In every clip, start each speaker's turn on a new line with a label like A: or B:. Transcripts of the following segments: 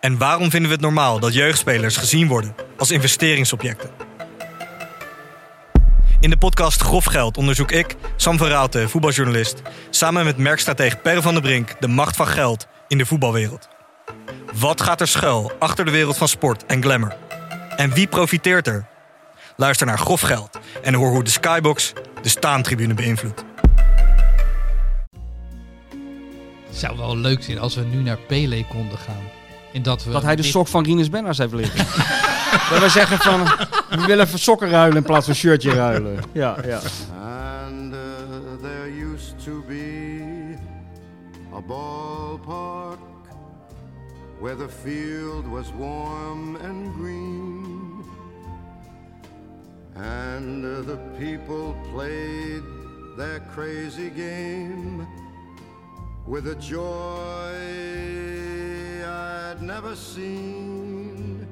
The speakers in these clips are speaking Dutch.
A: En waarom vinden we het normaal dat jeugdspelers gezien worden als investeringsobjecten? In de podcast Grof Geld onderzoek ik, Sam van Raalte, voetbaljournalist, samen met merkstratege Per van der Brink de macht van geld in de voetbalwereld. Wat gaat er schuil achter de wereld van sport en glamour? En wie profiteert er? Luister naar Grof Geld en hoor hoe de Skybox de staantribune beïnvloedt.
B: Het zou wel leuk zijn als we nu naar Pele konden gaan. En dat, we
C: Dat hij dus de
B: dit-
C: sok van Rinus Benners heeft liggen. dat we zeggen van, we willen even sokken ruilen in plaats van shirtje ruilen. Ja, ja.
D: And uh, there used to be a ballpark where the field was warm and green. And uh, the people played their crazy game with a joy I'd never seen.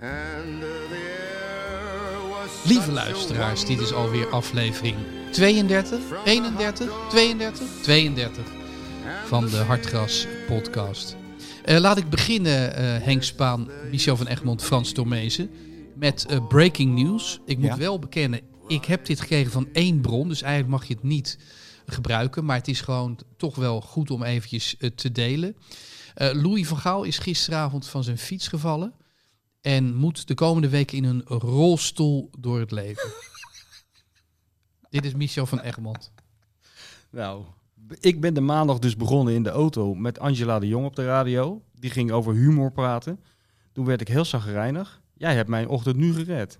D: And uh, the air was
B: Lieve
D: such a
B: luisteraars, dit is
D: wonder-
B: alweer aflevering 32, 31, 32, 32 van de Hartgras podcast. Eh, laat ik beginnen, eh, Henk Spaan, Michel van Egmond, Frans Tormezen, met eh, breaking news. Ik moet wel bekennen, ik heb dit gekregen van één bron, dus eigenlijk mag je het niet gebruiken. Maar het is gewoon toch wel goed om eventjes eh, te delen. Eh, Louis van Gaal is gisteravond van zijn fiets gevallen en moet de komende weken in een rolstoel door het leven. Dit is Michel van Egmond.
C: Nou, ik ben de maandag dus begonnen in de auto met Angela de Jong op de radio. Die ging over humor praten. Toen werd ik heel zagrijnig. Jij hebt mijn ochtend nu gered.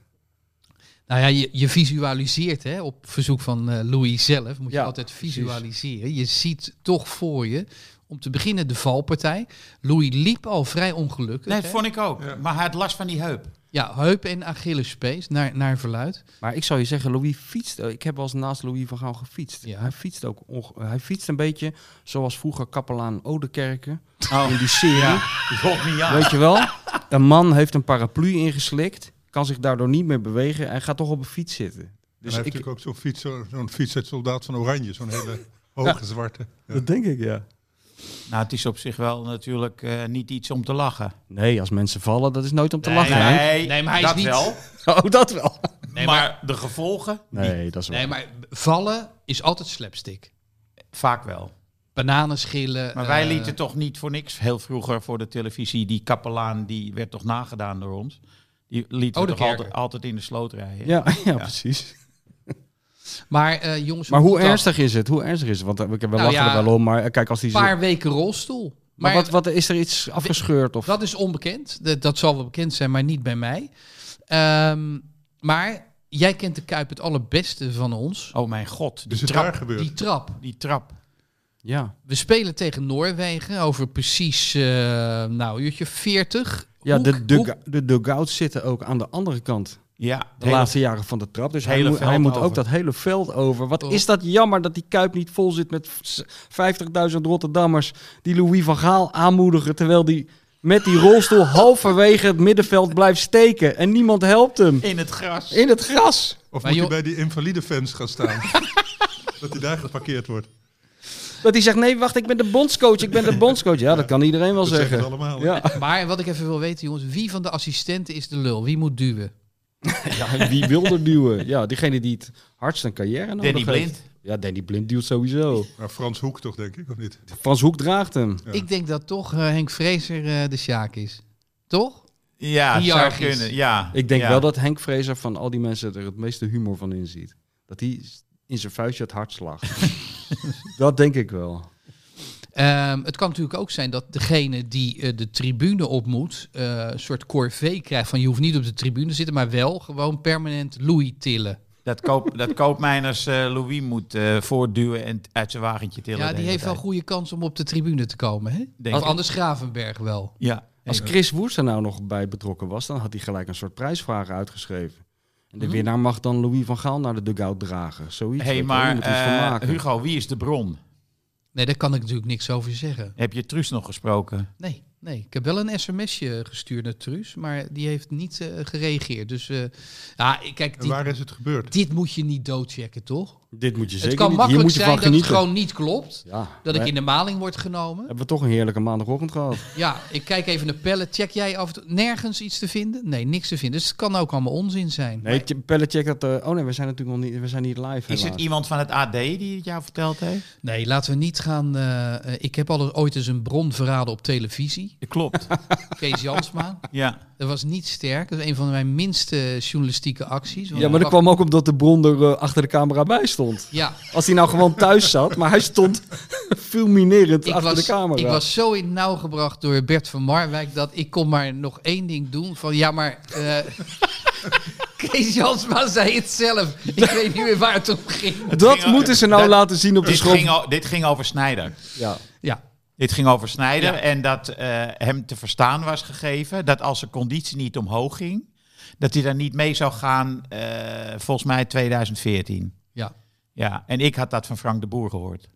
B: Nou ja, je, je visualiseert hè, op verzoek van eh, Louis zelf, moet je
C: Ja,
B: altijd
C: precies.
B: visualiseren. Je ziet toch voor je, om te beginnen de valpartij. Louis liep al vrij ongelukkig.
E: Nee,
B: hè.
E: dat vond ik ook. Maar hij had last van die heup.
B: Ja, heup en Achillespees, naar, naar verluid.
C: Maar ik zou je zeggen, Louis fietst. eh, Ik heb wel eens naast Louis van Gaal gefietst.
B: Ja.
C: Hij fietst ook. onge- Hij fietst een beetje zoals vroeger kapelaan Odekerken. In die serie. Weet je wel? Een man heeft een paraplu ingeslikt, kan zich daardoor niet meer bewegen en gaat toch op een fiets zitten.
F: Dus
C: Dus
F: hij
C: ik,
F: heeft natuurlijk ook zo'n fiets, zo- zo'n fiets uit Soldaat van Oranje. Zo'n hele hoge zwarte. Ja.
C: dat denk ik, ja.
E: Nou, het is op zich wel natuurlijk eh, niet iets om te lachen.
C: Nee, als mensen vallen, dat is nooit om te lachen. hè?
B: Nee, maar hij is
E: dat
B: niet-
E: wel.
C: Oh, dat wel.
B: Nee,
E: maar,
B: maar,
E: de gevolgen?
C: Nee, dat is wel.
B: nee, maar vallen is altijd slapstick.
E: Vaak wel.
B: Bananenschillen.
E: Maar wij
B: eh,
E: lieten toch niet voor niks heel vroeger voor de televisie... die kapelaan, die werd toch nagedaan door ons? Die lieten we toch
B: Oudekerk.
E: altijd, altijd in de sloot rijden?
C: Ja, ja, precies.
B: Maar eh, jongens...
C: Maar hoe
B: dat-
C: ernstig is het? Hoe ernstig is het? Want eh, we we
B: Nou
C: lachen
B: ja,
C: er wel om, maar eh, kijk, als die...
B: Een paar weken rolstoel.
C: maar wat, wat is er iets afgescheurd? Of...
B: Dat is onbekend. Dat, dat zal wel bekend zijn, maar niet bij mij. Ehm, maar jij kent de Kuip het allerbeste van ons.
E: Oh mijn god, die
F: Dus het daar
E: trap.
F: gebeurt.
B: Die trap.
E: Die trap.
C: Ja.
B: We spelen tegen Noorwegen over precies, eh, nou, uurtje 40.
C: Ja,
B: Hoek-
C: de,
B: hoek-
C: dug- de dugouts zitten ook aan de andere kant.
E: Ja,
C: De
E: hele-
C: laatste jaren van de trap. Dus hij,
E: hele
C: moet- hij
E: veld
C: moet ook
E: over.
C: dat hele veld over. Wat
B: Oh.
C: is dat jammer dat die Kuip niet vol zit met s- 50.000 Rotterdammers... die Louis van Gaal aanmoedigen... terwijl die met die rolstoel halverwege het middenveld blijft steken. En niemand helpt hem.
E: in het gras.
C: In het gras.
F: Of
B: Maar
F: moet
B: joh-
F: hij bij die invalide fans gaan staan? dat hij daar geparkeerd wordt.
C: Dat hij zegt, nee, wacht, ik ben de bondscoach. Ik ben de bondscoach. Ja, dat kan iedereen wel
F: Dat zeggen
C: zeggen.
F: ze allemaal. hè?
C: Ja.
B: Maar wat ik even wil weten, jongens. Wie van de assistenten is de lul? Wie moet duwen?
C: ja, wie wil er duwen? Ja, diegene die het hardst een carrière nodig
E: Danny
C: heeft.
E: Blind.
C: Ja, Danny Blind duwt sowieso.
F: Maar Frans Hoek toch, denk ik, of niet?
C: Frans Hoek draagt hem.
F: Ja.
B: Ik denk dat toch eh, Henk Vrezer eh, de Sjaak is. Toch?
E: Ja, zou
B: Hiërarchisch.
E: kunnen. Ja,
C: Ik denk
E: ja.
C: wel dat Henk Vrezer van al die mensen er het meeste humor van inziet. Dat hij in zijn vuistje het hart slaagt. dat denk ik wel.
B: Ehm, het kan natuurlijk ook zijn dat degene die eh, de tribune op moet, eh, een soort corvée krijgt van je hoeft niet op de tribune te zitten, maar wel gewoon permanent Louis tillen.
E: dat, koop, dat koopmijners eh, Louis moet eh, voortduwen en t- uit zijn wagentje tillen.
B: Ja,
E: de
B: die
E: hele
B: heeft wel
E: tijd.
B: goede kans om op de tribune te komen. Hè?
E: Denk
B: Of
E: ik.
B: anders Gravenberg wel.
E: Ja,
C: Als
E: even.
C: Chris Woers er nou nog bij betrokken was, dan had hij gelijk een soort prijsvraag uitgeschreven. En de winnaar mag dan Louis van Gaal naar de dugout dragen. Zoiets. weet
E: Mhm. hey,
C: je wel, je
E: maar
C: moet iets van
E: eh,
C: maken.
E: Hugo, wie is de bron?
B: Nee, daar kan ik natuurlijk niks over zeggen.
E: Heb je Truus nog gesproken?
B: Nee, nee. Ik heb wel een sms'je gestuurd naar Truus, maar die heeft niet eh, gereageerd. Dus eh, ja, kijk,
F: En
B: die-
F: waar is het gebeurd?
B: dit moet je niet doodchecken, toch?
C: Dit moet je zeker
B: het kan
C: niet. Hier
B: makkelijk
C: moet je
B: zijn
C: van
B: dat het
C: genieten.
B: gewoon niet klopt.
C: Ja,
B: Dat
C: we-
B: ik in de maling word genomen.
C: Hebben we toch een heerlijke maandagochtend gehad.
B: Ja, ik kijk even naar pellen. Check jij af en toe nergens iets te vinden? Nee, niks te vinden. Dus het kan ook allemaal onzin zijn.
C: Nee, t- Pelletcheck dat... eh, oh nee, we zijn natuurlijk nog niet, we zijn niet live
E: Is het
C: helaas.
E: iemand van het AD die het jou verteld heeft?
B: Nee, laten we niet gaan. eh, eh, ik heb al ooit eens een bron verraden op televisie.
E: Klopt.
B: Kees Jansma.
E: ja.
B: Dat was niet sterk. Dat is een van mijn minste journalistieke acties. Want
C: Ja, maar dat kwam ook omdat de bron er eh, achter de camera bij stond.
B: Ja,
C: Als hij nou gewoon thuis zat, maar hij stond fulminerend
B: ik
C: achter
B: was,
C: de camera.
B: ik was zo in het nauw gebracht door Bert van Marwijk dat ik kon maar nog één ding doen. Van ja, maar eh, Kees Jansma zei het zelf. Ik weet niet meer waar het om ging.
C: Dat
E: ging-
C: moeten ze nou
E: dat-
C: laten zien op de
E: Dit,
C: school.
E: ging o- dit ging over Snijder.
C: Ja.
B: Ja,
E: Dit ging over Snijder
B: Ja.
E: en dat eh, hem te verstaan was gegeven dat als zijn conditie niet omhoog ging, dat hij daar niet mee zou gaan, eh, volgens mij 2014.
B: ja.
E: Ja, en ik had dat van Frank de Boer gehoord.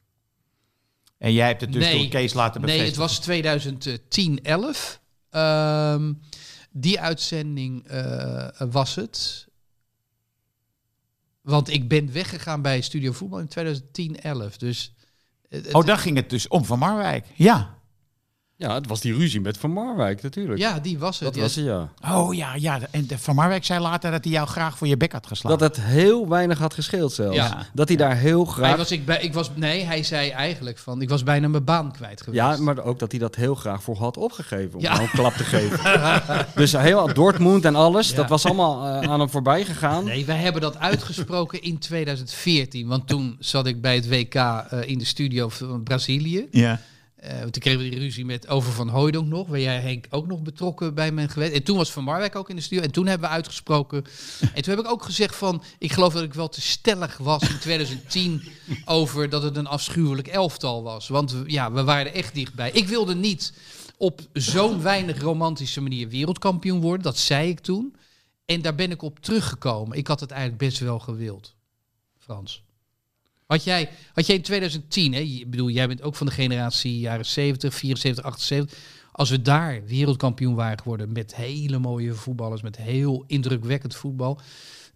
E: En jij hebt het dus
B: Nee.
E: door Kees laten
B: Nee, het
E: bevestigen.
B: was 2010, 11. Ehm, die uitzending eh, was het. Want ik ben weggegaan bij Studio Voetbal in 2010, 11. Dus het- het-
E: Oh, daar ging het dus om Van Marwijk. Ja.
C: ja, het was die ruzie met Van Marwijk natuurlijk.
B: ja, die was het.
C: dat
B: Ja,
C: was het, ja.
E: Oh ja, ja. En de- Van Marwijk zei later dat hij jou graag voor je bek had geslagen.
C: Dat het heel weinig had gescheeld zelfs.
B: Ja.
C: Dat hij daar heel
B: Hij
C: graag...
B: was, ik, bij, ik was, nee, hij zei eigenlijk van, ik was bijna mijn baan kwijt geweest.
C: Ja, maar ook dat hij dat heel graag voor had opgegeven. Om
B: Ja.
C: nou een klap te geven. dus heel Dortmund en alles,
B: Ja.
C: dat was allemaal eh, aan hem voorbij gegaan.
B: Nee, wij hebben dat uitgesproken in 2014. Want toen zat ik bij het WK eh, in de studio van Brazilië.
E: Ja.
B: Eh, want toen kregen we die ruzie met Over van Hooydonk nog, waar jij Henk ook nog betrokken bij bent geweest. En toen was Van Marwijk ook in de studio en toen hebben we uitgesproken. En toen heb ik ook gezegd van, ik geloof dat ik wel te stellig was in 2010 over dat het een afschuwelijk elftal was. Want we- ja, we waren er echt dichtbij. Ik wilde niet op zo'n weinig romantische manier wereldkampioen worden, dat zei ik toen. En daar ben ik op teruggekomen. Ik had het eigenlijk best wel gewild, Frans. Had jij, had jij in 2010, hè, je- ik bedoel, jij bent ook van de generatie jaren 70, 74, 78. Als we daar wereldkampioen waren geworden met hele mooie voetballers, met heel indrukwekkend voetbal.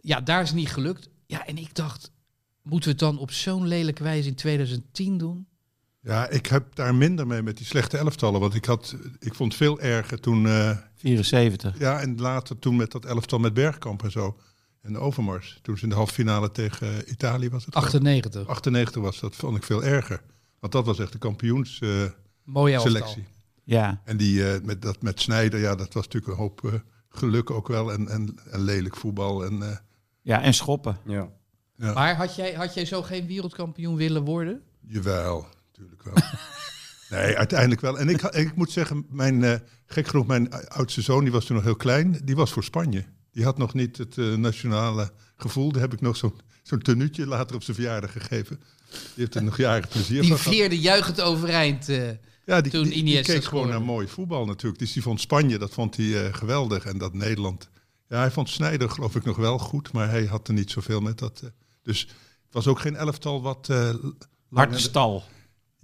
B: Ja, daar is het niet gelukt. Ja, en ik dacht, moeten we het dan op zo'n lelijke wijze in 2010 doen?
F: Ja, ik heb daar minder mee met die slechte elftallen. Want ik, had, ik vond het veel erger toen... eh,
E: 74.
F: ja, en later toen met dat elftal met Bergkamp en zo. En Overmars. Toen ze in de halve finale tegen eh, Italië was het.
B: 98.
F: 98 was dat, vond ik veel erger. Want dat was echt de eh, kampioensselectie.
B: Mooie elftal.
E: Ja.
F: En die, eh, met, dat, met Snijder, ja, dat was natuurlijk een hoop eh, geluk ook wel. En, en, en lelijk voetbal. En, eh,
E: Ja, en schoppen.
C: Ja.
B: Maar had jij, had jij zo geen wereldkampioen willen worden?
F: jawel, natuurlijk wel. nee, uiteindelijk wel. En ik, ha- ik moet zeggen, mijn, eh, gek genoeg, mijn oudste zoon, die was toen nog heel klein, die was voor Spanje. Die had nog niet het eh, nationale gevoel. Daar heb ik nog zo'n zo'n tenuutje later op zijn verjaardag gegeven. Die heeft er nog jaren plezier
B: Die
F: van gehad.
B: vierde juichend overeind. eh.
F: Ja, die,
B: Toen
F: die, die
B: Iniesta
F: keek gewoon
B: scoorde.
F: naar mooi voetbal natuurlijk. Dus die vond Spanje, dat vond hij eh, geweldig. En dat Nederland. Ja, hij vond Snijder geloof ik nog wel goed, maar hij had er niet zoveel met dat. eh. dus het was ook geen elftal wat... eh, lang-
E: Hartstal.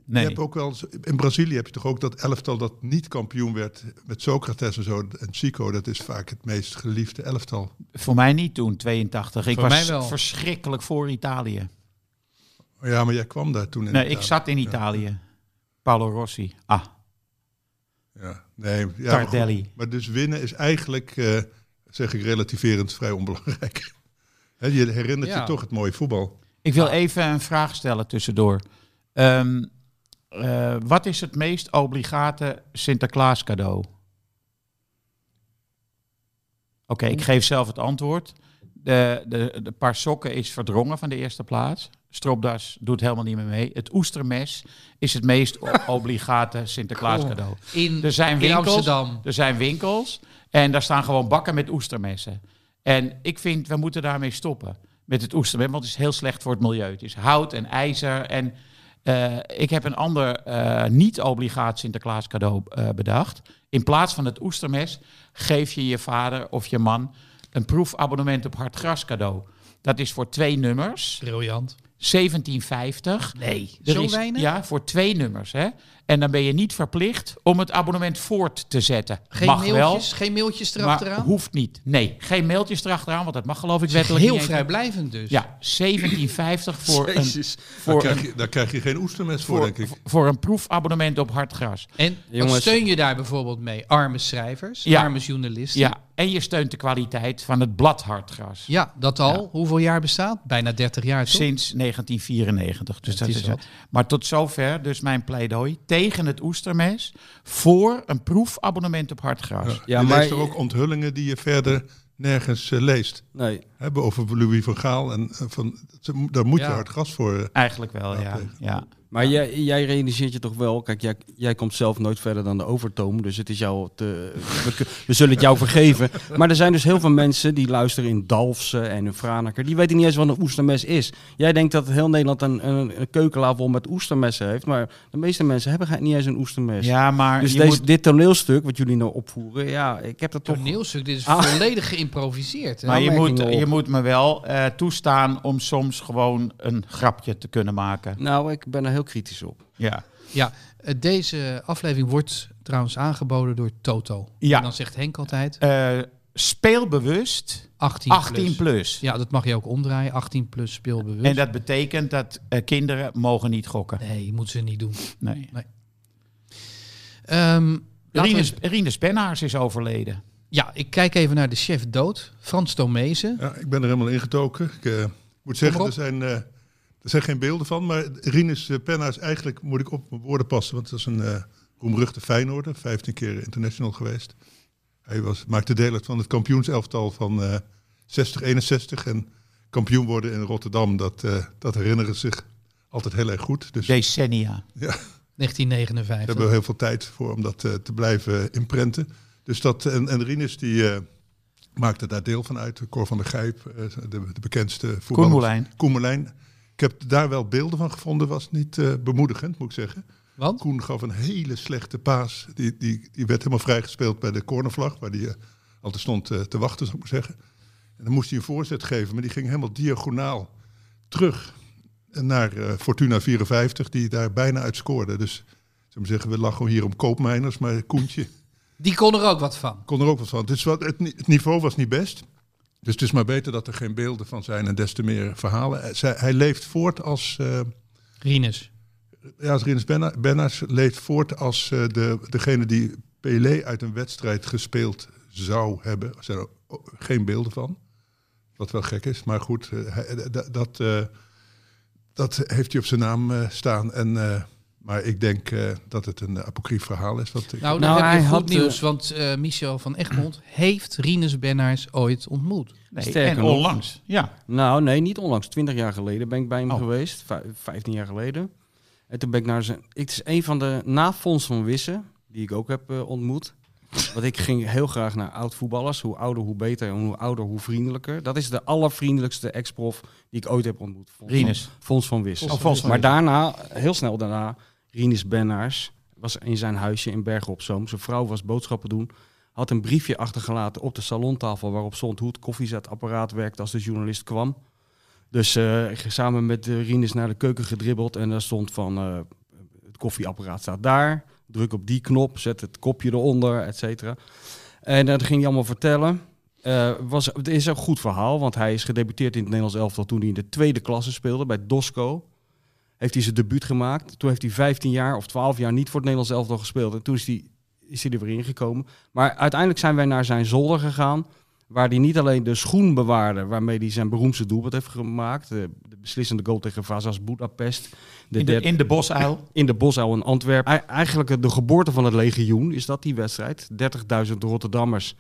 E: Nee.
F: Je hebt ook wel, eens- in Brazilië heb je toch ook dat elftal dat niet kampioen werd met Socrates en zo. En Chico, dat is vaak het meest geliefde elftal.
E: Voor mij niet toen, 82. Ik
B: Voor
E: was
B: mij wel.
E: verschrikkelijk voor Italië.
F: Ja, maar jij kwam daar toen in.
E: Nee, Nou, ik
F: Italië.
E: zat in Italië. Paolo Rossi. Ah,
F: Ja, nee, ja, maar goed.
E: Tardelli.
F: Maar dus winnen is eigenlijk, eh, zeg ik relativerend, vrij onbelangrijk. Hè, je herinnert
B: Ja.
F: je toch het mooie voetbal.
E: Ik wil even een vraag stellen tussendoor. Ehm, eh, wat is het meest obligate Sinterklaas cadeau? Oké, ik geef zelf het antwoord. De, de, de paar sokken is verdrongen van de eerste plaats. Stropdas doet helemaal niet meer mee. Het oestermes is het meest o- obligate Sinterklaas cadeau.
B: In,
E: Er zijn
B: in
E: winkels.
B: Amsterdam.
E: Er zijn winkels en daar staan gewoon bakken met oestermessen. En ik vind, we moeten daarmee stoppen. met het oestermest, want het is heel slecht voor het milieu. Het is hout en ijzer. En eh, ik heb een ander eh, niet-obligaat Sinterklaas cadeau eh, bedacht. In plaats van het oestermest geef je je vader of je man een proefabonnement op hardgras cadeau. Dat is voor twee nummers,
B: Briljant.
E: 1750.
B: Nee,
E: Er
B: zo
E: is-
B: weinig?
E: Ja, voor twee nummers. Hè? En dan ben je niet verplicht om het abonnement voort te zetten.
B: Geen
E: Mag wel,
B: mailtjes, geen mailtjes
E: maar
B: erachteraan.
E: hoeft niet. Nee, geen mailtjes erachteraan, want dat mag geloof ik
B: Het is
E: wettelijk
B: heel
E: niet eens.
B: vrijblijvend dus.
E: Ja, 1750 voor een,
B: Jezus.
E: voor,
F: daar,
E: een,
F: krijg je, daar krijg je geen oestermest voor,
E: voor,
F: denk ik.
E: voor een proefabonnement op hardgras.
B: En wat
C: Jongens.
B: steun je daar bijvoorbeeld mee? Arme schrijvers,
E: Ja.
B: arme journalisten.
E: Ja, en je steunt de kwaliteit van het blad hardgras.
B: Ja, dat al. Hoeveel jaar bestaat? Bijna 30 jaar, toch?
E: Sinds 1994. Dus
B: Dat
E: dat
B: is
E: is
B: wat.
E: Maar tot zover dus mijn pleidooi tegen het oestermes voor een proefabonnement op hardgras.
C: Ja,
F: je
C: maar-
F: leest er ook onthullingen die je verder nergens eh, leest.
C: Nee.
F: Hebben over Louis van Gaal. En, eh, van, ze- daar moet
B: Ja.
F: je hard gas voor. eh.
E: Eigenlijk wel, ja.
F: tegen.
E: ja.
C: Maar jij, jij realiseert je toch wel, kijk, jij, jij komt zelf nooit verder dan de overtoom, dus het is jou te, we, kun- we zullen het jou vergeven. Maar er zijn dus heel veel mensen die luisteren in Dalfsen en in Franeker, die weten niet eens wat een oestermes is. Jij denkt dat heel Nederland een, een, een keukenlaar vol met oestermessen heeft, maar de meeste mensen hebben geen- niet eens een oestermes.
E: ja, maar
C: dus
E: je
C: deze,
E: moet-
C: dit toneelstuk wat jullie nou opvoeren, ja, ik heb dat toch...
B: Toneelstuk, dit is
C: Ah.
B: volledig geïmproviseerd. hè?
E: Maar je moet,
C: aanmerkingen op.
E: je moet me wel eh, toestaan om soms gewoon een grapje te kunnen maken.
C: Nou, ik ben er heel kritisch op.
E: Ja.
B: Ja, eh, deze aflevering wordt trouwens aangeboden door Toto.
E: Ja.
B: En dan zegt Henk altijd
E: Eh, speelbewust
B: 18 plus.
E: 18 plus.
B: Ja, dat mag je ook omdraaien. 18 plus speelbewust.
E: En dat betekent dat eh, kinderen mogen niet gokken.
B: Nee, moeten ze niet doen.
E: Nee.
B: Ehm, laten we
E: Rinus,
B: eens-
E: Rinus Bennaars is overleden.
B: Ja, ik kijk even naar de chef dood. Frans Tomezen.
F: Ja, ik ben er helemaal ingetoken. Ik eh, moet zeggen,
B: op.
F: er zijn, eh, er zijn geen beelden van. Maar Rinus eh, Penna's, eigenlijk moet ik op mijn woorden passen. Want dat is een eh, roemruchte Feyenoorder. 15 keer international geweest. Hij was, maakte deel uit van het kampioenselftal van eh 60-61. En kampioen worden in Rotterdam, dat, eh, dat herinneren ze zich altijd heel erg goed. Dus
E: Decennia.
F: daar
B: 1959.
F: hebben we heel veel tijd voor om dat eh, te blijven imprenten. Dus dat, en, en Rinus die eh, maakte daar deel van uit. Cor van der Gijp, eh, de, de bekendste
E: Koen
F: voetballer.
E: Moulijn.
F: Koen Merlijn. Ik heb daar wel beelden van gevonden. Was niet eh, bemoedigend, moet ik zeggen.
B: Want?
F: Koen gaf een hele slechte paas. Die, die, die werd helemaal vrijgespeeld bij de cornervlag. Waar die eh, altijd stond eh, te wachten, zou ik maar zeggen. En dan moest hij een voorzet geven. Maar die ging helemaal diagonaal terug naar eh, Fortuna 54. Die daar bijna uit scoorde. Dus zou ik maar zeggen, we lachen hier om koopmijners. Maar Koentje
B: Die kon er ook wat van.
F: kon er ook wat van. Dus wat, het, ni- het niveau was niet best. Dus het is maar beter dat er geen beelden van zijn en des te meer verhalen. Eh, zij- hij leeft voort als. eh
B: Rinus.
F: ja, als Rinus Benna- Benners leeft voort als eh, de, degene die Pelé uit een wedstrijd gespeeld zou hebben. Er zijn ook- ook geen beelden van. Wat wel gek is, maar goed, eh, hij- eh, dat- dat, eh, dat heeft hij op zijn naam eh, staan. En, eh, maar ik denk eh, dat het een apocrief verhaal is. Wat ik,
B: Nou,
C: Nou,
B: dan heb
C: hij
B: je goed
C: had, eh,
B: nieuws, want eh, Michel van Egmond heeft Rinus Bennaars ooit ontmoet.
E: Nee,
C: Sterker
E: en
C: nog.
E: onlangs. Ja.
C: Nou, nee, niet onlangs. Twintig jaar geleden ben ik bij hem
E: Oh.
C: geweest. Vij- Vijftien jaar geleden. En toen ben ik naar zijn... Het is een van de na Fons van Wissen, die ik ook heb eh, ontmoet. Want ik ging heel graag naar oud-voetballers. Hoe ouder, hoe beter. En hoe ouder, hoe vriendelijker. Dat is de allervriendelijkste ex-prof die ik ooit heb ontmoet. Fons van-
E: Rinus.
C: Fons van Wissen.
E: Oh, Fons van
C: maar
E: Wissen.
C: daarna, heel snel daarna, Rinus Bennaars was in zijn huisje in Bergen op Zoom. Zijn vrouw was boodschappen doen. Had een briefje achtergelaten op de salontafel waarop stond hoe het koffiezetapparaat werkte als de journalist kwam. Dus eh, ik ging samen met eh, Rinus naar de keuken gedribbeld en daar stond van eh, het koffieapparaat staat daar. Druk op die knop, zet het kopje eronder, et cetera. En eh, dat ging hij allemaal vertellen. Eh, was, het is een goed verhaal, want hij is gedebuteerd in het Nederlands elftal toen hij in de tweede klasse speelde bij Dosco. Heeft hij zijn debuut gemaakt. Toen heeft hij 15 jaar of 12 jaar niet voor het Nederlands elftal gespeeld. En toen is hij, is hij er weer ingekomen. Maar uiteindelijk zijn wij naar zijn zolder gegaan. Waar hij niet alleen de schoen bewaarde waarmee hij zijn beroemdste doelpunt heeft gemaakt. De, de beslissende goal tegen Vazas Budapest. De
E: In de,
C: derde-
E: in de bosuil.
C: in de Bosuil in Antwerpen. Ei- Eigenlijk de geboorte van het legioen is dat die wedstrijd. 30.000 Rotterdammers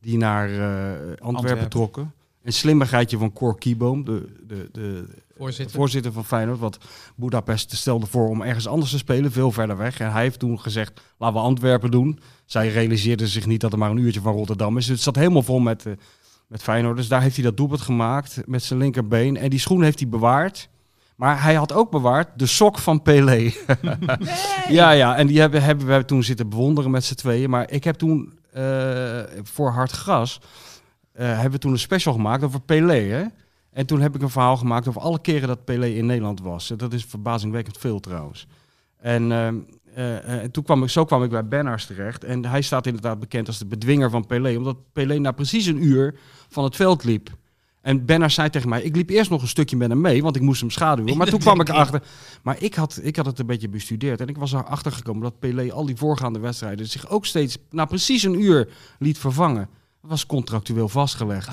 C: die naar eh, Antwerpen,
E: Antwerpen.
C: trokken. Een slimmigheidje van Cor Kieboom, de, de, de
B: Voorzitter.
C: voorzitter van Feyenoord. Want Budapest stelde voor om ergens anders te spelen, veel verder weg. En hij heeft toen gezegd, laten we Antwerpen doen. Zij realiseerden zich niet dat er maar een uurtje van Rotterdam is. Dus het zat helemaal vol met eh, met Feyenoord. Dus daar heeft hij dat doelpunt gemaakt met zijn linkerbeen. En die schoen heeft hij bewaard. Maar hij had ook bewaard de sok van Pelé. ja, ja, en die hebben, hebben we toen zitten bewonderen met z'n tweeën. Maar ik heb toen eh, voor Hard Gras eh, hebben we toen een special gemaakt over Pelé. Hè? En toen heb ik een verhaal gemaakt over alle keren dat Pelé in Nederland was. En Dat is verbazingwekkend veel trouwens. En ehm, eh, eh, en toen kwam ik, zo kwam ik bij Benners terecht. En hij staat inderdaad bekend als de bedwinger van Pelé. Omdat Pelé na precies een uur van het veld liep. En Benners zei tegen mij, ik liep eerst nog een stukje met hem mee, want ik moest hem schaduwen. Maar toen kwam ik erachter. Maar ik had, ik had het een beetje bestudeerd. En ik was erachter gekomen dat Pelé al die voorgaande wedstrijden zich ook steeds na precies een uur liet vervangen. Dat was contractueel vastgelegd.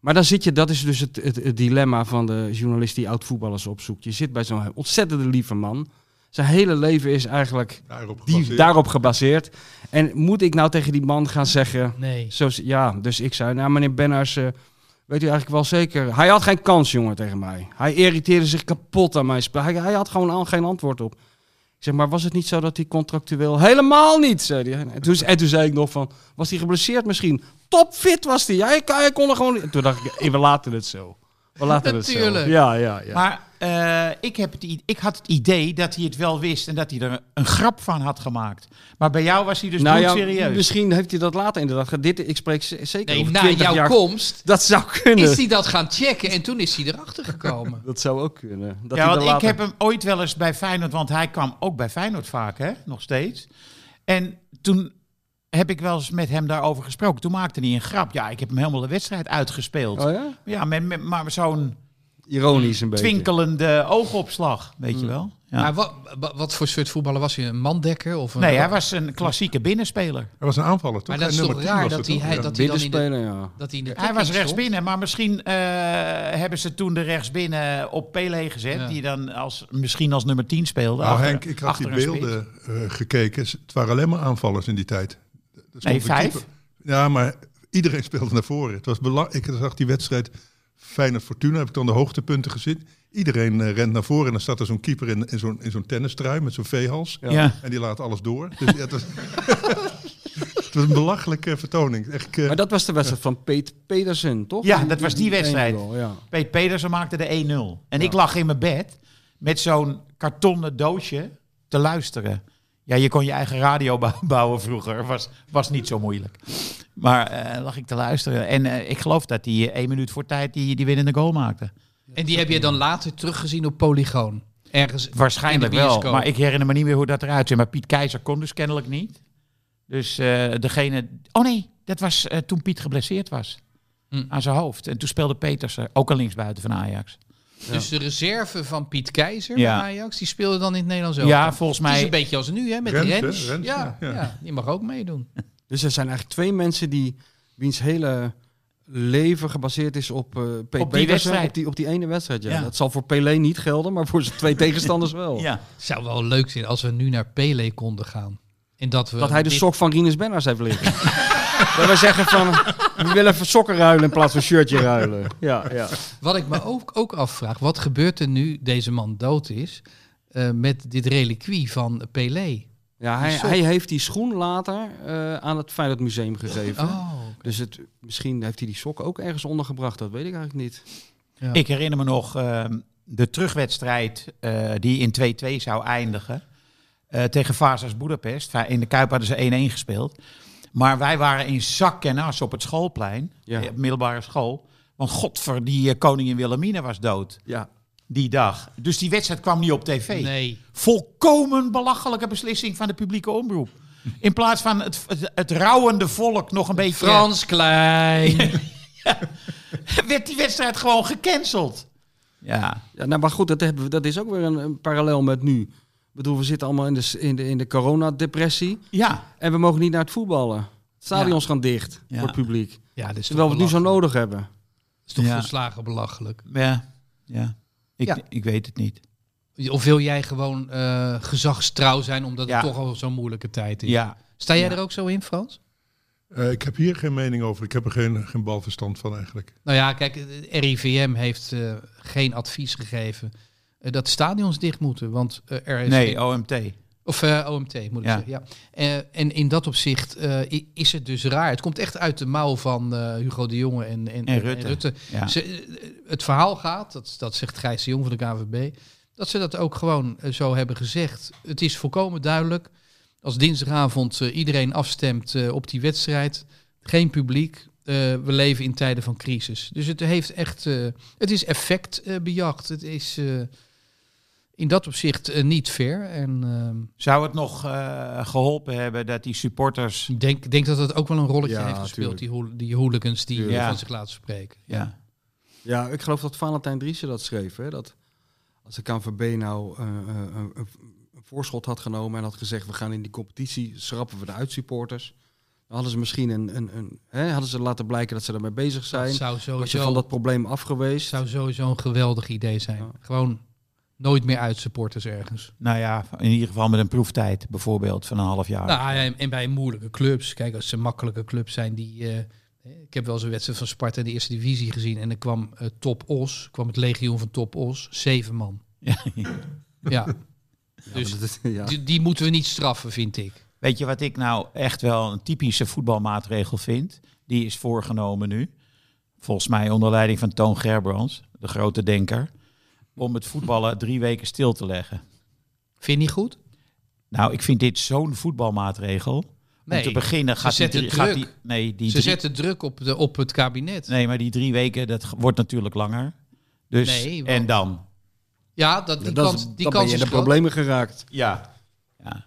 C: Maar dan zit je, dat is dus het, het, het dilemma van de journalist die oud voetballers opzoekt. Je zit bij zo'n ontzettende lieve man. Zijn hele leven is eigenlijk
F: Daarop
C: die,
F: gebaseerd.
C: daarop gebaseerd. En moet ik nou tegen die man gaan zeggen.
B: Nee.
C: Zo, ja, dus ik zei, nou meneer Benners, eh, weet u eigenlijk wel zeker. Hij had geen kans, jongen, tegen mij. Hij irriteerde zich kapot aan mijn spel. Hij, hij had gewoon al geen antwoord op. Ik zeg, maar was het niet zo dat hij contractueel... Helemaal niet, zei hij. En toen, en toen zei ik nog van, was hij geblesseerd misschien? Topfit was hij. Hij, kon- hij kon er gewoon... niet- Toen dacht ik, eh, we laten het zo. We laten het
B: Natuurlijk.
C: zo. Ja, ja, ja.
E: Maar eh, ik, heb het, i- ik had het idee dat hij het wel wist en dat hij er een grap van had gemaakt. Maar bij jou was hij dus
C: nou
E: niet
C: ja,
E: serieus.
C: misschien heeft hij dat later inderdaad. ge- Dit, ik spreek z- zeker
B: Nee,
C: over
B: na
C: 20
B: jouw
C: jaar.
B: komst
C: Dat zou kunnen.
B: is hij dat gaan checken en toen is hij erachter gekomen.
C: Dat zou ook kunnen. Dat hij
E: ja, want
C: er
E: ik
C: later-
E: heb hem ooit wel eens bij Feyenoord, want hij kwam ook bij Feyenoord vaak, hè? Nog steeds. En toen heb ik wel eens met hem daarover gesproken. Toen maakte hij een grap. Ja, ik heb hem helemaal de wedstrijd uitgespeeld.
C: Oh ja?
E: Ja, met, met- maar met zo'n
C: Ironisch een beetje. Hmm. Nou,
E: twinkelende oogopslag, weet je wel. Ja.
B: Maar wat, wat voor soort voetballer was hij? Een mandekker? Of een,
E: nee, hij was een klassieke binnenspeler.
F: Hij was een aanvaller, toch?
B: Maar dat is
F: Hij
B: toch
F: nummer 10
B: raar
F: was
B: dat
F: het,
B: hij, hij,
F: toch? Ja.
B: dat hij dan in de,
C: Binnenspelen, ja.
B: dat hij in de
E: Hij
B: dekking
E: was
B: stond?
E: rechtsbinnen, maar misschien eh, hebben ze toen de rechtsbinnen op Pele gezet.
B: Ja.
E: Die dan als, misschien als nummer 10 speelde.
F: Nou,
E: achter-
F: Henk, ik had die
E: achter een spits.
F: beelden eh, gekeken. Ze- Het waren alleen maar aanvallers in die tijd. Er stond
E: Nee,
F: een
E: vijf.
F: keeper. Ja, maar iedereen speelde naar voren. Het was belang... Ik zag die wedstrijd Feyenoord Fortuna, heb ik dan de hoogtepunten gezien. Iedereen eh, rent naar voren en dan staat er zo'n keeper in, in zo'n, in zo'n tennistrui met zo'n veehals.
E: Ja.
F: En die laat alles door. Dus, ja, het, was... het was een belachelijke vertoning. Echt, eh,
C: Maar dat was de wedstrijd van Peet Pedersen, toch?
E: Ja, dat was die
C: ene
E: wedstrijd.
C: goal, ja.
E: Peet Pedersen maakte de 1-0. En ik lag in mijn bed met zo'n kartonnen doosje te luisteren. Ja, je kon je eigen radio bou- bouwen vroeger. Was, was niet zo moeilijk. Maar eh, lag ik te luisteren. En eh, ik geloof dat hij eh, één minuut voor tijd die, die winnende goal maakte.
B: En die heb je dan later teruggezien op Polygoon. Ergens
E: Waarschijnlijk
B: in de
E: wel.
B: bioscoop.
E: Maar ik herinner me niet meer hoe dat eruit zag. Maar Piet Keizer kon dus kennelijk niet. Dus eh, degene... Oh nee, dat was eh, toen Piet geblesseerd was.
B: Hm.
E: Aan zijn hoofd. En toen speelde Petersen ook al linksbuiten van Ajax.
B: Dus de reserve van Piet Keizer
E: Ja.
B: van Ajax, die speelde dan in het Nederlands zelf.
E: Ja, volgens
B: het is
E: mij.
B: een beetje als nu, hè, met
F: Rens,
B: Rens.
F: hè?
B: Rens.
F: Rens,
B: ja, ja.
F: ja.
B: die mag ook meedoen.
C: Dus er zijn eigenlijk twee mensen die wiens hele leven gebaseerd is op eh Peet
E: die
C: Pedersen,
E: wedstrijd.
C: Op die, op die ene wedstrijd, ja.
E: Ja.
C: Dat zal voor Pelé niet gelden, maar voor zijn twee tegenstanders wel.
E: Ja.
B: Zou wel leuk zijn als we nu naar Pele konden gaan. En dat, we
C: Dat hij de
B: dit-
C: sok van Rinus Benners heeft liggen. dat wij zeggen van, we willen even sokken ruilen in plaats van shirtje ruilen. Ja, ja.
B: Wat ik me ook, ook afvraag, wat gebeurt er nu deze man dood is eh, met dit reliquie van Pele?
C: ja hij,
B: Die sok.
C: hij heeft die schoen later eh, aan het Feyenoord Museum gegeven.
B: Oh,
C: Dus het, misschien heeft hij die sok ook ergens ondergebracht, dat weet ik eigenlijk niet.
B: ja.
E: Ik herinner me nog ehm, de terugwedstrijd eh, die in 2-2 zou eindigen. eh, tegen Fazas Budapest. Va- In de Kuip hadden ze 1-1 gespeeld. Maar wij waren in zak en as op het schoolplein.
C: Ja.
E: eh, Op middelbare school. Want godver, die eh, koningin Wilhelmina was dood
C: Ja,
E: die dag. Dus die wedstrijd kwam niet op tv.
B: nee.
E: Volkomen belachelijke beslissing van de publieke omroep. In plaats van het, het, het rouwende volk nog een beetje...
B: Frans Klein.
E: werd die wedstrijd gewoon gecanceld. Ja.
C: Ja, nou, maar goed, dat, hebben we, dat is ook weer een, een parallel met nu. Ik bedoel, we zitten allemaal in de, s- in de, in de coronadepressie.
E: Ja.
C: En we mogen niet naar het voetballen. Stadions gaan dicht
E: Ja.
C: voor het publiek.
B: ja, dat is
C: Terwijl we
B: toch
C: het nu zo
B: belachelijk.
C: nodig hebben.
B: Dat is toch
E: Ja.
B: volslagen belachelijk.
E: Ja. ja. Ik,
B: Ja.
E: ik weet het niet.
B: Of wil jij gewoon eh, gezagstrouw zijn omdat
E: Ja.
B: het toch al zo'n moeilijke tijd is?
E: Ja.
B: Sta jij
E: Ja.
B: er ook zo in, Frans?
F: eh, ik heb hier geen mening over. Ik heb er geen, geen balverstand van eigenlijk.
B: Nou ja, kijk, het RIVM heeft eh, geen advies gegeven eh, dat stadions dicht moeten. Want eh, er is
E: Nee, OMT.
B: OMT, Of eh, OMT, moet ik
E: Ja.
B: zeggen. Ja. Eh, en in dat opzicht eh, i- is het dus raar. Het komt echt uit de mouw van eh, Hugo de Jonge en, en,
E: En Rutte. Ja.
B: Ze- eh, het verhaal gaat, dat, dat zegt Gijs de Jong van de KVB, dat ze dat ook gewoon eh, zo hebben gezegd. Het is volkomen duidelijk. Als dinsdagavond eh, iedereen afstemt eh, op die wedstrijd, geen publiek. eh, we leven in tijden van crisis. Dus het heeft echt. eh, het is effectbejacht. het is eh, in dat opzicht eh, niet fair. En ehm,
E: Zou het nog eh, geholpen hebben dat die supporters...
B: ik denk, denk dat dat ook wel een rolletje
C: Ja,
B: heeft gespeeld,
C: tuurlijk.
B: die, hool- die hooligans die
E: Tuurlijk.
B: eh,
E: Ja.
B: van zich laten spreken.
E: Ja.
C: Ja, ik geloof dat Valentijn Driessen dat schreef. Hè? Dat als de KNVB nou eh, eh, een, een voorschot had genomen en had gezegd... we gaan in die competitie, schrappen we de uitsupporters. Dan hadden ze misschien een... een, een hè? Hadden ze laten blijken dat ze daarmee bezig
B: Dat
C: zijn.
B: zou
C: Was je
B: sowieso,
C: van dat probleem af geweest?
B: zou sowieso een geweldig idee zijn.
C: Ja.
B: Gewoon nooit meer uit supporters ergens.
E: Nou ja, in ieder geval met een proeftijd bijvoorbeeld van een half
C: Ah,
E: jaar.
B: Nou, en, en bij moeilijke clubs. Kijk, als ze makkelijke clubs zijn die... eh, ik heb wel eens een wedstrijd van Sparta in de eerste divisie gezien. En dan kwam eh, Top Os, kwam het legioen van Top Os. Zeven man. Ja,
C: Ja,
B: dus-
C: maar dat- ja.
B: die, die moeten we niet straffen, vind ik.
E: Weet je wat ik nou echt wel een typische voetbalmaatregel vind? Die is voorgenomen nu. Volgens mij onder leiding van Toon Gerbrands, de grote denker. Om het voetballen drie weken stil te leggen.
B: Vind je niet goed?
E: Nou, ik vind dit zo'n voetbalmaatregel.
B: Nee,
E: om te beginnen gaat die,
B: zetten
E: drie- gaat
B: druk.
E: die... Nee, die
B: Ze
E: drie-
B: zetten druk op, de, op het kabinet.
E: nee, maar die drie weken, dat ge- wordt natuurlijk langer. Dus,
B: Nee, want-
E: en dan?
B: Ja, dat, die
C: dat is-
B: kans, die
C: dan ben
B: kans
C: je in
B: is
C: de
B: groot.
C: problemen geraakt.
E: Ja.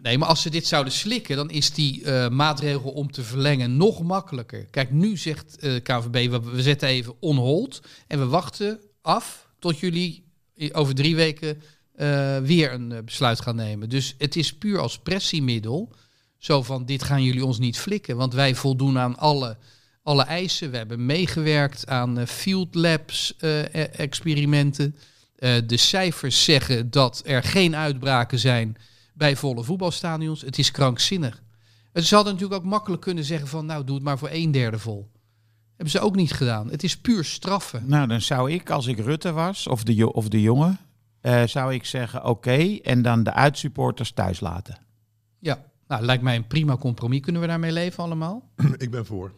B: Nee, maar als ze dit zouden slikken, dan is die eh, maatregel om te verlengen nog makkelijker. Kijk, nu zegt eh KVB, we, we zetten even on hold en we wachten af tot jullie i- over drie weken eh, weer een eh, besluit gaan nemen. Dus het is puur als pressiemiddel, zo van dit gaan jullie ons niet flikken, want wij voldoen aan alle, alle eisen. We hebben meegewerkt aan eh, field labs eh, e- experimenten. Eh, de cijfers zeggen dat er geen uitbraken zijn bij volle voetbalstadions. Het is krankzinnig. En Ze hadden natuurlijk ook makkelijk kunnen zeggen van... nou, doe het maar voor een derde vol. Hebben ze ook niet gedaan. Het is puur straffen.
E: Nou, dan zou ik, als ik Rutte was, of de, jo- of de jongen, eh, zou ik zeggen oké. en dan de uitsupporters thuis laten.
B: Ja, nou, lijkt mij een prima compromis. Kunnen we daarmee leven allemaal?
F: Ik ben voor.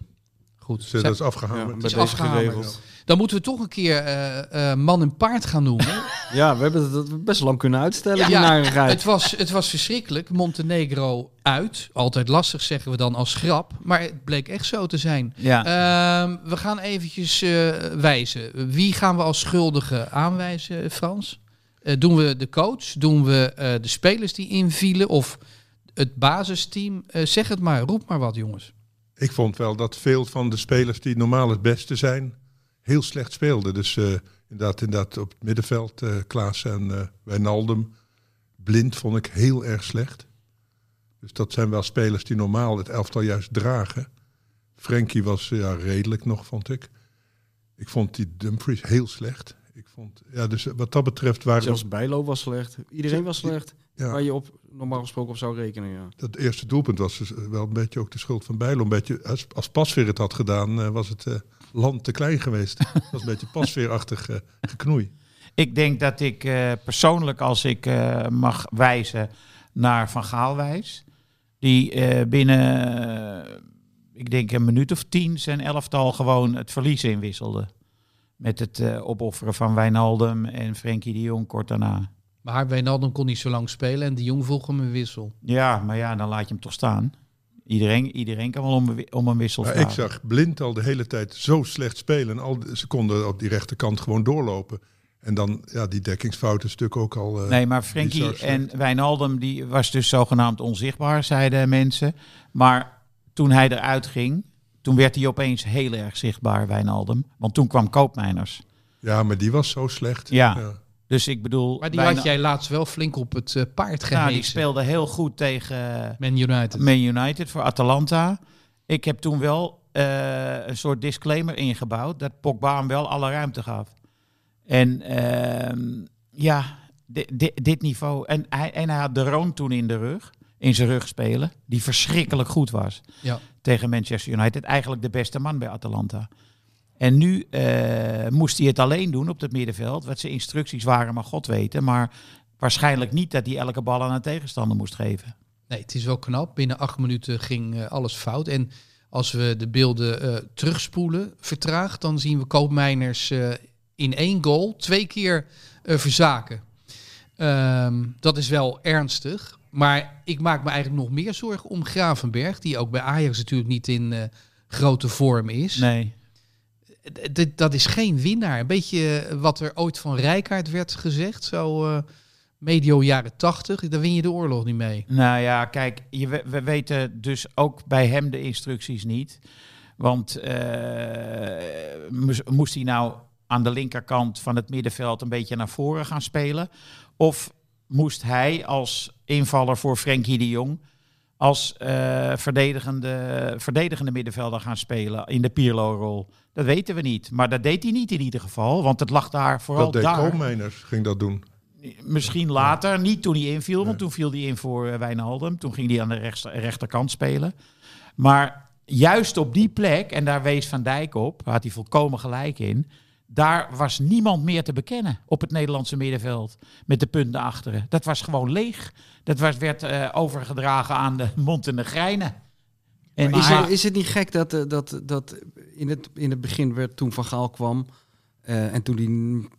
B: Goed.
F: Dus, eh, dat
C: Ja,
F: is
C: bij
F: afgehamerd.
C: deze
B: afgehamerd.
C: geregeld.
B: Dan moeten we toch een keer eh, eh, man en paard gaan noemen.
C: Ja, we hebben dat best lang kunnen uitstellen, die
B: Ja.
C: narigheid.
B: het, was, het was verschrikkelijk. Montenegro uit. Altijd lastig zeggen we dan als grap. Maar het bleek echt zo te zijn.
E: Ja.
B: Ehm, we gaan eventjes eh, wijzen. Wie gaan we als schuldige aanwijzen, Frans? Eh, doen we de coach? Doen we eh, de spelers die invielen? Of het basisteam? Eh, zeg het maar, roep maar wat, jongens.
F: Ik vond wel dat veel van de spelers die normaal het beste zijn, heel slecht speelden. Dus eh, inderdaad, inderdaad, op het middenveld, eh Klaas en eh, Wijnaldum. Blind vond ik heel erg slecht. Dus dat zijn wel spelers die normaal het elftal juist dragen. Frenkie was eh, ja, redelijk nog, vond ik. Ik vond die Dumfries heel slecht. Ik vond, ja, dus wat dat betreft waren
C: Zelfs Bijlo was slecht. Iedereen was slecht.
F: ja.
C: Waar je op, normaal gesproken op zou rekenen, ja.
F: Dat eerste doelpunt was dus wel een beetje ook de schuld van Bijlo. Een beetje, als, als Pasveer het had gedaan, eh, was het eh, land te klein geweest. Het was een beetje pasveerachtig eh, geknoei.
E: Ik denk dat ik eh, persoonlijk, als ik eh, mag wijzen naar Van Gaal wijs, die eh, binnen, eh, ik denk een minuut of tien, zijn elftal gewoon het verlies inwisselde. Met het eh, opofferen van Wijnaldum en Frenkie de Jong kort daarna.
B: Maar Wijnaldum kon niet zo lang spelen en de Jong vroeg hem een wissel.
E: Ja, maar ja, dan laat je hem toch staan. Iedereen, iedereen kan wel om, een wi- om een wissel
F: Maar
C: nou,
E: vragen.
F: Nou, ik zag Blind al de hele tijd zo slecht spelen. En al, die- ze konden op die rechterkant gewoon doorlopen. En dan, ja, die dekkingsfout is natuurlijk ook al... eh,
E: Nee, maar
F: bizar
E: Frenkie
F: slecht.
E: en Wijnaldum die was dus zogenaamd onzichtbaar, zeiden mensen. Maar toen hij eruit ging, toen werd hij opeens heel erg zichtbaar, Wijnaldum. Want toen kwam Koopmijners.
F: Ja, maar die was zo slecht.
E: Ja. Dus ik bedoel,
B: Maar die
E: Wijna-
B: had jij laatst wel flink op het eh, paard
E: nou, die
B: gehezen.
E: speelde heel goed tegen
B: Man United.
E: Man United voor Atalanta. Ik heb toen wel eh, een soort disclaimer ingebouwd dat Pogba hem wel alle ruimte gaf. En ehm, ja, di- di- dit niveau. En hij, en hij had de Roon toen in de rug, in zijn rug spelen, die verschrikkelijk goed was
B: Ja.
E: tegen Manchester United. Eigenlijk de beste man bij Atalanta. En nu eh, moest hij het alleen doen op het middenveld. Wat zijn instructies waren, maar God weten. Maar waarschijnlijk niet dat hij elke bal aan een tegenstander moest geven.
B: Nee, het is wel knap. Binnen acht minuten ging eh, alles fout. En als we de beelden eh, terugspoelen, vertraagd, dan zien we Koopmeiners eh, in één goal twee keer eh, verzaken. Ehm, dat is wel ernstig. Maar ik maak me eigenlijk nog meer zorgen om Gravenberg, die ook bij Ajax natuurlijk niet in eh, grote vorm is.
E: Nee.
B: D- dit- dat is geen winnaar. Een beetje eh, wat er ooit van Rijkaard werd gezegd, zo eh, medio jaren tachtig. Daar win je de oorlog niet mee.
E: Nou ja, kijk, je, we, we weten dus ook bij hem de instructies niet. Want eh, moest- moest hij nou aan de linkerkant van het middenveld een beetje naar voren gaan spelen? Of moest hij als invaller voor Frenkie de Jong als eh, verdedigende, verdedigende middenvelder gaan spelen in de Pirlo-rol? Dat weten we niet. Maar dat deed hij niet in ieder geval, want het lag daar vooral
F: Dat deed
E: daar.
F: Koolmeiners, ging dat doen.
E: Misschien later, niet toen hij inviel, want toen viel hij in voor eh, Wijnaldum. Toen ging hij aan de rechts- rechterkant spelen. Maar juist op die plek, en daar wees Van Dijk op, daar had hij volkomen gelijk in. Daar was niemand meer te bekennen op het Nederlandse middenveld. Met de punten achteren. Dat was gewoon leeg. Dat was, werd eh, overgedragen aan de Montenegrijnen. En
C: Is,
E: maar-
C: het, is het niet gek dat, eh, dat, dat in, het, in het begin werd toen Van Gaal kwam eh, en toen hij een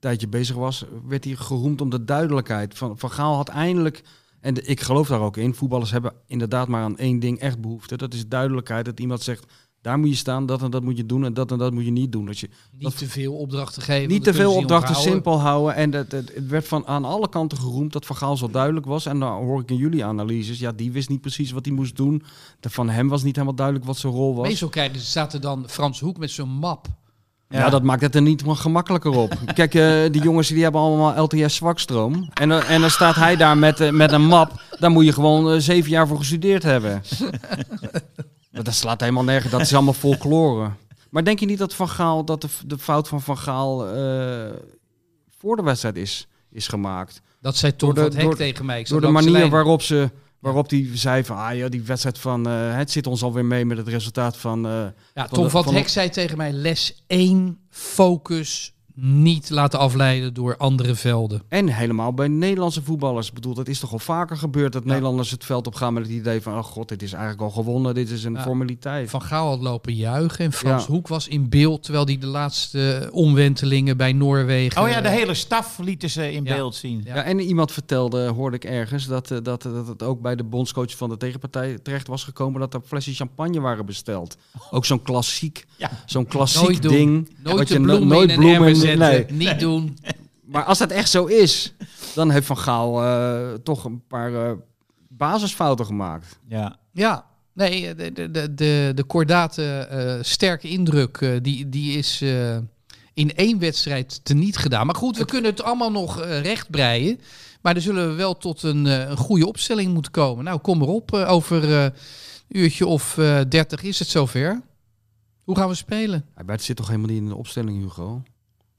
C: tijdje bezig was, werd hij geroemd om de duidelijkheid. Van, van Gaal had eindelijk, en de- ik geloof daar ook in, voetballers hebben inderdaad maar aan één ding echt behoefte. Dat is duidelijkheid, dat iemand zegt, daar moet je staan, dat en dat moet je doen en dat en dat moet je niet doen. Dat je
B: Niet
C: Dat-
B: te veel opdrachten geven.
C: niet
B: want
C: te
B: dan kunnen
C: veel
B: ze niet
C: opdrachten
B: onthouden.
C: simpel houden. En dat, het het werd van aan alle kanten geroemd dat Van Gaal zo duidelijk was. En dan hoor ik in jullie analyses, ja, die wist niet precies wat hij moest doen. De, van hem was niet helemaal duidelijk wat zijn rol was.
B: Meestal krijgen ze, staat er dan Frans Hoek met zo'n map.
C: Ja, dat maakt het er niet maar gemakkelijker op. Kijk, eh, die jongens die hebben allemaal LTS zwakstroom. En, dan- en dan staat hij daar met, eh, met een map. Daar moet je gewoon eh, zeven jaar voor gestudeerd hebben. Maar dat slaat helemaal nergens. Dat is allemaal folklore. Maar denk je niet dat Van Gaal, dat de, f- de fout van Van Gaal eh, voor de wedstrijd is, is gemaakt?
B: Dat zei Tom
C: Door de-
B: van het Hek
C: door-
B: tegen mij. Ik zat
C: Door de
B: langs
C: manier
B: lijn.
C: waarop ze waarop die zei van, ah ja, die wedstrijd van, eh, het zit ons alweer mee met het resultaat van... eh,
B: Ja,
C: van
B: Tom
C: de-
B: van
C: van
B: het Hek zei tegen mij, les 1, focus, niet laten afleiden door andere velden.
C: En helemaal bij Nederlandse voetballers. Ik bedoel, dat is toch al vaker gebeurd dat Nederlanders het veld op gaan met het idee van: oh god, dit is eigenlijk al gewonnen, dit is een
B: Ja.
C: formaliteit.
B: Van Gaal had lopen juichen en Frans
C: Ja.
B: Hoek was in beeld... terwijl hij de laatste eh, omwentelingen bij Noorwegen...
E: Oh ja, de hele staf lieten ze in
B: Ja.
E: beeld zien.
C: Ja. en iemand vertelde, hoorde ik ergens, dat, eh, dat, dat het ook bij de bondscoach van de tegenpartij terecht was gekomen dat er flesjes champagne waren besteld. Ook zo'n klassiek,
E: Ja.
C: zo'n klassiek
B: Oh. Nooit doen.
C: ding.
B: Nooit
C: wat
B: de
C: je no-
B: bloemen
C: nooit
B: in een
C: bloemen-
B: emmer zetten,
C: nee.
B: niet doen.
C: Maar als dat echt zo is, dan heeft Van Gaal eh, toch een paar eh, basisfouten gemaakt.
E: Ja.
B: Ja, nee, de, de, de, de, de kordate eh, sterke indruk, eh, die, die is eh, in één wedstrijd teniet gedaan. Maar goed, we kunnen het allemaal nog eh, rechtbreien. Maar dan zullen we wel tot een, eh, een goede opstelling moeten komen. Nou, kom erop. eh, over eh, een uurtje of eh, dertig is het zover. Hoe gaan we spelen?
C: Ja, Maar het zit toch helemaal niet in de opstelling, Hugo?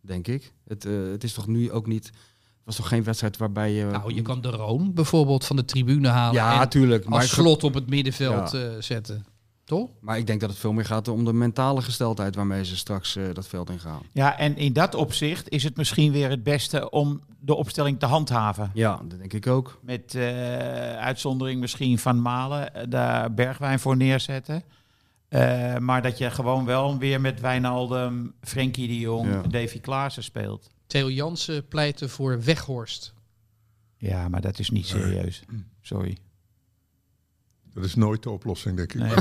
C: Denk ik. Het, eh, het is toch nu ook niet. Het was toch geen wedstrijd waarbij je.
B: Nou, je kan de Roon bijvoorbeeld van de tribune halen
C: Ja,
B: en
C: tuurlijk. Maar,
B: als
C: ik-
B: slot op het middenveld eh, zetten. Toch?
C: maar ik denk dat het veel meer gaat om de mentale gesteldheid waarmee ze straks eh, dat veld in gaan.
E: ja, en in dat opzicht is het misschien weer het beste om de opstelling te handhaven.
C: Ja, dat denk ik ook.
E: Met eh, uitzondering misschien van Malen, eh, daar Bergwijn voor neerzetten. Eh, maar dat je gewoon wel weer met Wijnaldum, Frenkie de Jong,
C: Ja.
E: Davy Klaassen speelt.
B: Theo Jansen pleitte voor Weghorst.
E: Ja, maar dat is niet serieus. Sorry.
F: Dat is nooit de oplossing, denk ik.
E: Nee.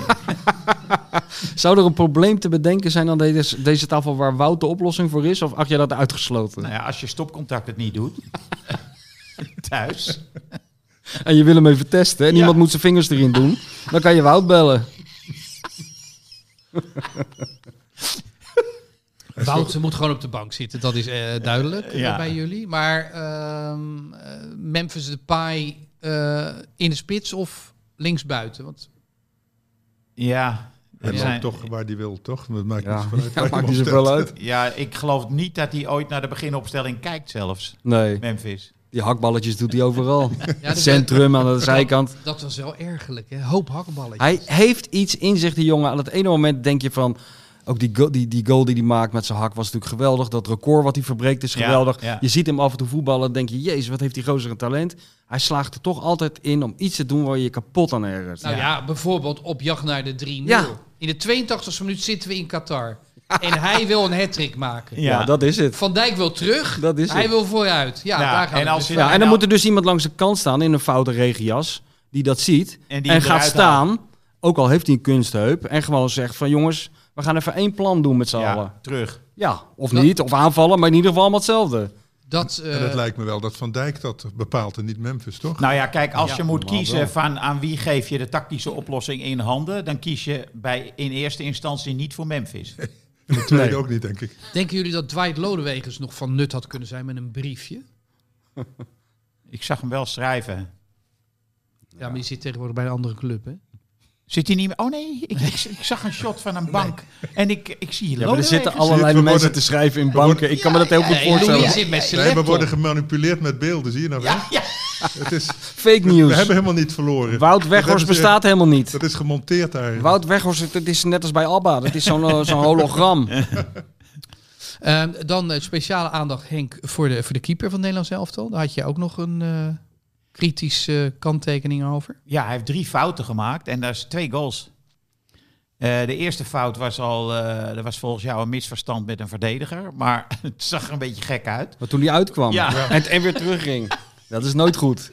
C: Zou er een probleem te bedenken zijn aan deze, deze tafel waar Wout de oplossing voor is? Of acht jij dat uitgesloten?
E: nou ja, als je stopcontact het niet doet. Thuis.
C: En je wil hem even testen en
E: Ja.
C: iemand moet zijn vingers erin doen. Dan kan je Wout bellen.
B: Wouter moet gewoon op de bank zitten, dat is eh, duidelijk eh,
E: Ja.
B: bij jullie. Maar ehm, eh, Memphis Depay eh in de spits of linksbuiten? Want
E: Ja.
F: Hij
E: er
F: loopt
E: zijn-
F: toch waar die wil, toch? Dat maakt niet
C: Ja,
F: zoveel uit. waar
C: dat
F: hij
C: maakt
F: hem
C: niet
F: opstelt.
C: zoveel uit.
E: ja, ik geloof niet dat hij ooit naar de beginopstelling kijkt zelfs.
C: Nee,
E: Memphis.
C: die hakballetjes doet hij overal.
B: ja,
C: Het
B: dat-
C: centrum aan de zijkant.
B: Dat was wel ergelijk, hè? hoop hakballetjes.
C: Hij heeft iets in zich, die jongen. Aan het ene moment denk je van... Oké, Ook die, go- die, die goal die hij maakt met zijn hak was natuurlijk geweldig. Dat record wat hij verbreekt is
E: Ja,
C: geweldig.
E: ja.
C: Je ziet hem af en toe voetballen en denk je... Jezus, wat heeft die gozer een talent. Hij slaagt er toch altijd in om iets te doen waar je je kapot aan ergert.
B: Nou ja, bijvoorbeeld op jacht naar de 3-0.
C: Ja.
B: In de 82e minuut zitten we in Qatar. En hij wil een hat-trick maken.
C: Ja, dat is het.
B: Van Dijk wil terug.
C: Dat is
B: hij
C: het.
B: wil vooruit. Ja,
E: Ja,
B: daar gaan
E: en
B: we
E: als
B: dus
E: je-
C: Ja, en dan
E: nou-
C: moet er dus iemand langs de kant staan in een foute regenjas die dat ziet
E: En
C: en,
E: die hem
C: gaat
E: eruit
C: staan, ook al heeft hij een kunstheup, en gewoon zegt van jongens, we gaan even één plan doen met z'n allen.
E: Ja, terug.
C: Ja, of
B: Dat-
C: niet, of aanvallen, maar in ieder geval allemaal hetzelfde.
B: Dat, eh,
F: en het lijkt me wel dat Van Dijk dat bepaalt en niet Memphis, toch?
E: Nou ja, kijk, als
B: Ja,
E: je moet
C: normaal
E: kiezen
C: wel.
E: van aan wie geef je de tactische oplossing in handen, dan kies je bij, in eerste instantie niet voor Memphis.
F: en de tweede
C: Nee.
F: ook niet, denk ik.
B: Denken jullie dat Dwight Lodewegens nog van nut had kunnen zijn met een briefje?
E: Ik zag hem wel schrijven.
B: Ja, maar die zit tegenwoordig bij een andere club, hè?
E: Zit hij niet meer? Oh nee, ik, ik, ik zag een shot van een bank. En ik, ik zie
C: Ja, maar er
E: Lodewijk. dus-
C: zitten
F: we
C: allerlei
F: worden-
C: mensen te schrijven in banken. Ik kan me dat heel goed
B: Ja, en
C: voorstellen.
B: Louis zit met zijn
F: Nee, we
B: laptop.
F: worden gemanipuleerd met beelden, zie je nou wel? Het is,
C: Fake
F: We hebben
C: news.
F: helemaal niet verloren.
C: Wout
F: Dat
C: Weghorst
F: hebben eh, ze-
C: bestaat helemaal niet.
F: Dat is gemonteerd daar.
C: Wout Weghorst, het is net als bij Alba. Dat is zo'n eh, zo'n hologram.
B: Ehm, dan eh, speciale aandacht, Henk, voor de, voor de keeper van Nederland elftal. Daar had je ook nog een eh, kritische eh, kanttekening over.
E: Ja, hij heeft drie fouten gemaakt en dat is twee goals. Eh, de eerste fout was al, eh dat was volgens jou een misverstand met een verdediger, maar het zag er een beetje gek uit.
C: Maar toen hij uitkwam
E: Ja.
C: en, het- en weer terugging. Dat is nooit goed.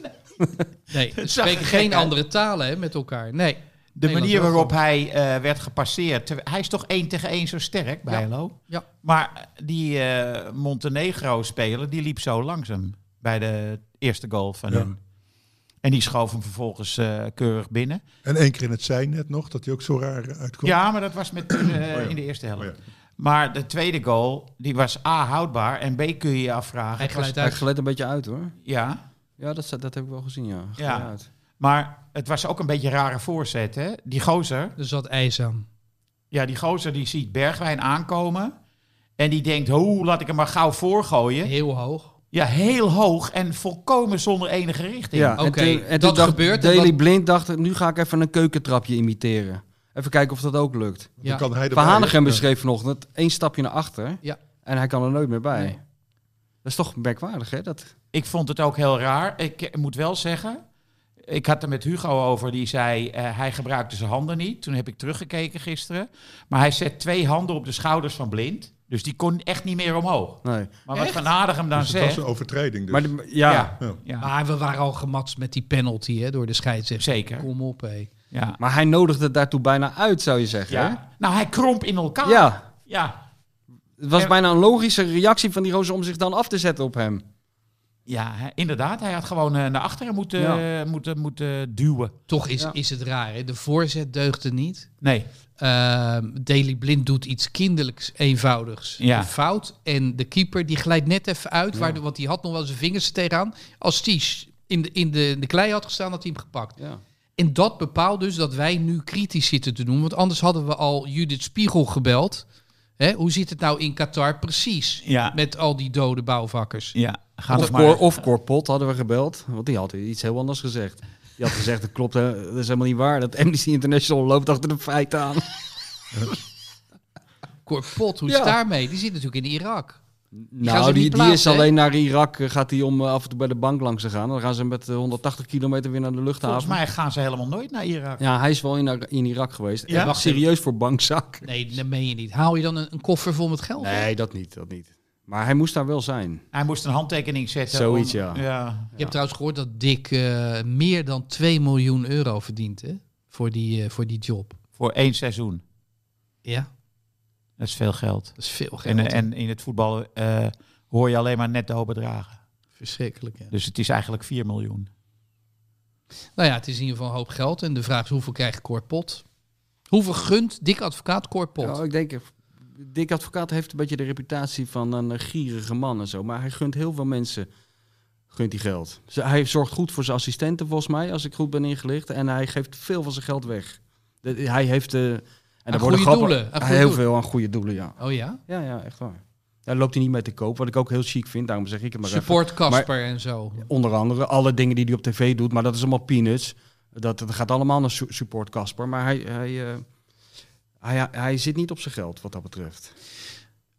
B: Nee, we
E: zag
B: spreken
E: er
B: geen
E: gek uit.
B: andere talen hè, met elkaar. Nee.
E: De
B: Nederland
E: manier
B: wel
E: waarop hij eh, werd gepasseerd, terw- hij is toch één tegen één zo sterk, Bijlo.
B: Ja.
E: Maar die eh, Montenegro-speler, die liep zo langzaam bij de eerste goal van
F: Ja.
E: hem. En die schoof hem vervolgens eh, keurig binnen.
F: En één keer in het zijn net nog, dat hij ook zo raar eh, uitkomt.
E: Ja, maar dat was met, eh, in de eerste helft.
F: Oh ja.
E: Maar de tweede goal, die was A, houdbaar. En B, kun je je afvragen.
B: Hij glijdt
E: was-
C: Hij
B: uit.
C: glijdt een beetje uit hoor.
E: Ja,
C: Ja, dat, dat heb ik wel gezien, ja.
E: Ja.
C: Glijdt uit.
E: maar het was ook een beetje een rare voorzet, hè. Die gozer,
B: Er zat ijs aan.
E: ja, die gozer die ziet Bergwijn aankomen. En die denkt, hoe, laat ik hem maar gauw voorgooien.
B: Heel hoog.
E: Ja, heel hoog en volkomen zonder enige richting.
C: Ja,
B: Oké,
C: en toen,
B: dat
C: en toen dacht
B: gebeurt en
C: Daily
B: dat-
C: Blind dacht, nu ga ik even een keukentrapje imiteren. Even kijken of dat ook lukt.
F: Dan
B: Ja.
F: kan hij
C: Van
F: erbij,
C: Hanegem
F: hè?
C: beschreef vanochtend één stapje naar achter
B: Ja.
C: en hij kan er nooit meer bij.
B: Nee.
C: Dat is toch merkwaardig, hè? Dat,
E: Ik vond het ook heel raar. Ik moet wel zeggen, ik had er met Hugo over, die zei eh, hij gebruikte zijn handen niet. Toen heb ik teruggekeken gisteren. Maar hij zet twee handen op de schouders van Blind. Dus die kon echt niet meer omhoog.
C: nee.
E: Maar wat Van Adem dan
F: Dus het was
E: zegt,
F: een overtreding. Dus.
C: Maar de- ja,
E: Ja.
F: Ja.
E: ja,
B: Maar we waren al gematst met die penalty hè, door de scheidsrechter.
E: zeker.
B: Kom op, hé.
E: Ja.
C: maar hij nodigde het daartoe bijna uit, zou je zeggen. Ja.
E: Ja. Nou, hij kromp in elkaar.
C: ja.
E: Ja.
C: Het was
E: En-
C: bijna een logische reactie van die roze om zich dan af te zetten op hem.
E: Ja, hij- inderdaad. Hij had gewoon eh, naar achteren moeten, eh,
C: Ja.
E: moeten, moeten duwen.
B: Toch is,
C: Ja.
B: is het raar, hè? De voorzet deugde niet.
E: Nee.
B: Ehm Daily Blind doet iets kinderlijks eenvoudigs
E: Ja.
B: Een fout. En de keeper die glijdt net even uit, waar de- want die had nog wel zijn vingers er tegenaan. Als die s- in de, in de, de klei had gestaan, had hij hem gepakt.
C: Ja.
B: En dat bepaalt dus dat wij nu kritisch zitten te doen. Want anders hadden we al Judith Spiegel gebeld. Hè, hoe zit het nou in Qatar precies?
E: Ja.
B: Met al die dode bouwvakkers.
E: Ja. Ga
C: Of,
E: nog maar.
C: Cor, of Corpot hadden we gebeld, want die had iets heel anders gezegd. Die had gezegd, dat klopt, hè, dat is helemaal niet waar. Dat Amnesty International loopt achter de feiten aan.
B: Korpot, hoe is
C: Ja.
B: het daarmee? Die zit natuurlijk in Irak. gaan ze
C: Nou,
B: niet
C: die, die is
B: plaatsen, hè?
C: alleen naar Irak. eh, Gaat hij om eh, af en toe bij de bank langs te gaan. Dan gaan ze met eh, 180 kilometer weer naar de
E: Volgens
C: luchthaven.
E: mij gaan ze helemaal nooit naar Irak.
C: Ja, hij is wel in, Ar- in Irak geweest.
E: Ja?
C: Ja? Wacht serieus voor bankzak.
B: Nee, dat meen je niet. Haal je dan een, een koffer vol met geld?
C: Nee, dat niet, dat niet. Maar hij moest daar wel zijn.
E: Hij moest een handtekening zetten.
C: Zoiets,
E: om-
C: ja.
E: ja.
B: Je hebt trouwens gehoord dat Dick eh, meer dan 2 miljoen euro verdient hè? Voor, die, eh, voor die job.
E: Voor één seizoen.
B: Ja,
E: Dat is veel geld.
B: dat is veel geld.
E: En, en in het voetbal eh, hoor je alleen maar netto bedragen.
B: Verschrikkelijk. Ja.
E: Dus het is eigenlijk 4 miljoen.
B: Nou ja, het is in ieder geval een hoop geld. En de vraag is hoeveel krijgt Corpot? Hoeveel gunt Dick advocaat Corpot?
C: Ja, ik denk, eh, Dick Advocaat heeft een beetje de reputatie van een eh, gierige man en zo. Maar hij gunt heel veel mensen gunt hij geld. Ze- Hij zorgt goed voor zijn assistenten, volgens mij, als ik goed ben ingelicht. En hij geeft veel van zijn geld weg. De- hij heeft... eh en
B: Aan
C: er worden
B: goede
C: grappen-
B: doelen, aan
C: Hij
B: goede
C: heel
B: doelen.
C: veel aan goede doelen, ja.
B: Oh ja?
C: Ja, ja, echt waar. Daar loopt hij niet mee te koop, wat ik ook heel chic vind. Daarom zeg ik het maar even.
B: Support Casper en zo.
C: Onder andere alle dingen die hij op tv doet, maar dat is allemaal peanuts. Dat, dat gaat allemaal naar su- support Casper. Maar hij, hij, eh, Hij, hij zit niet op zijn geld, wat dat betreft.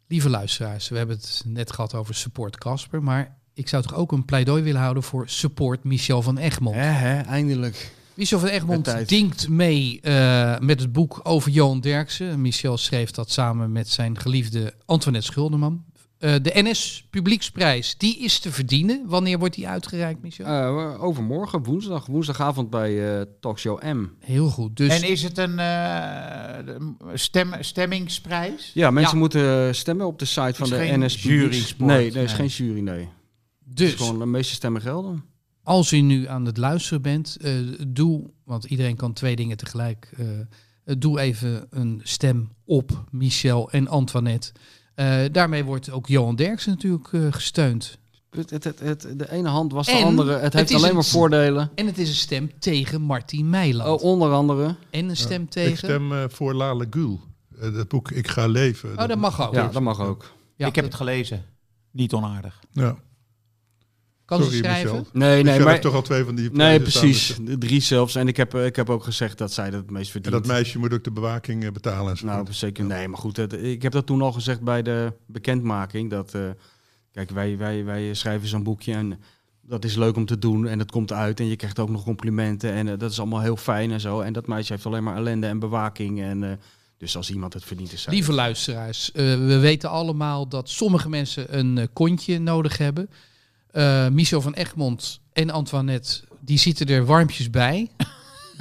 B: Lieve luisteraars, we hebben het net gehad over support Casper, maar ik zou toch ook een pleidooi willen houden voor support Michel van Egmond.
C: Hè, hè, eindelijk.
B: Michel van
C: Met
B: Egmond
C: tijd.
B: dinkt mee eh, met het boek over Johan Derksen. Michel schreef dat samen met zijn geliefde Antoinette Schulderman. Eh, de NS Publieksprijs, die is te verdienen. Wanneer wordt die uitgereikt, Michel?
C: Eh, overmorgen, woensdag, woensdagavond bij eh, Talkshow M.
B: Heel goed. Dus
E: En is het een eh, de- stem, stemmingsprijs?
C: Ja, mensen
B: Ja.
C: moeten eh, stemmen op de site van
E: is
C: de
E: geen
C: NS Publieks.
E: jury-sport.
C: Nee, er is
E: Nee.
C: geen jury, nee. Dus
B: Dus
C: gewoon de meeste stemmen gelden.
B: als u nu aan het luisteren bent, eh, doe, want iedereen kan twee dingen tegelijk. eh, eh, doe even een stem op Michel en Antoinette. Eh, daarmee wordt ook Johan Derksen natuurlijk eh, gesteund.
C: Het, het, het, het- de ene hand was de
B: En
C: andere. Het
B: het
C: heeft
B: is
C: alleen
B: een-
C: maar voordelen.
B: En het is een stem tegen Martin Meiland.
C: Oh, onder andere.
B: en een stem
F: Ik
B: tegen...
F: stem eh, voor Lale Gül. Eh, dat boek Ik ga leven.
B: Oh, dat mag ook.
C: ja, dat mag ook.
B: Ja,
E: ik heb het gelezen. Niet onaardig.
F: Ja.
B: kan ze
F: Sorry,
B: schrijven.
F: Michel.
C: Nee,
F: Nee,
C: nee,
F: Michel
C: maar...
F: heeft toch al twee van die
C: Nee,
F: prijzen samen.
C: precies. De Drie zelfs. En ik heb, eh, ik heb ook gezegd dat zij dat het meest
F: En
C: verdient.
F: dat meisje moet ook de bewaking eh, betalen. enzovoort.
C: Nou, zeker. Nee, maar goed. het- ik heb dat toen al gezegd bij de bekendmaking. Dat, eh, kijk, wij, wij, wij schrijven zo'n boekje en dat is leuk om te doen. En dat komt uit en je krijgt ook nog complimenten. En eh, dat is allemaal heel fijn en zo. En dat meisje heeft alleen maar ellende en bewaking. En, eh, dus als iemand het verdient is zij.
B: Lieve luisteraars, eh, we weten allemaal dat sommige mensen een eh, kontje nodig hebben. Eh Michel van Egmond en Antoinette, die zitten er warmpjes bij.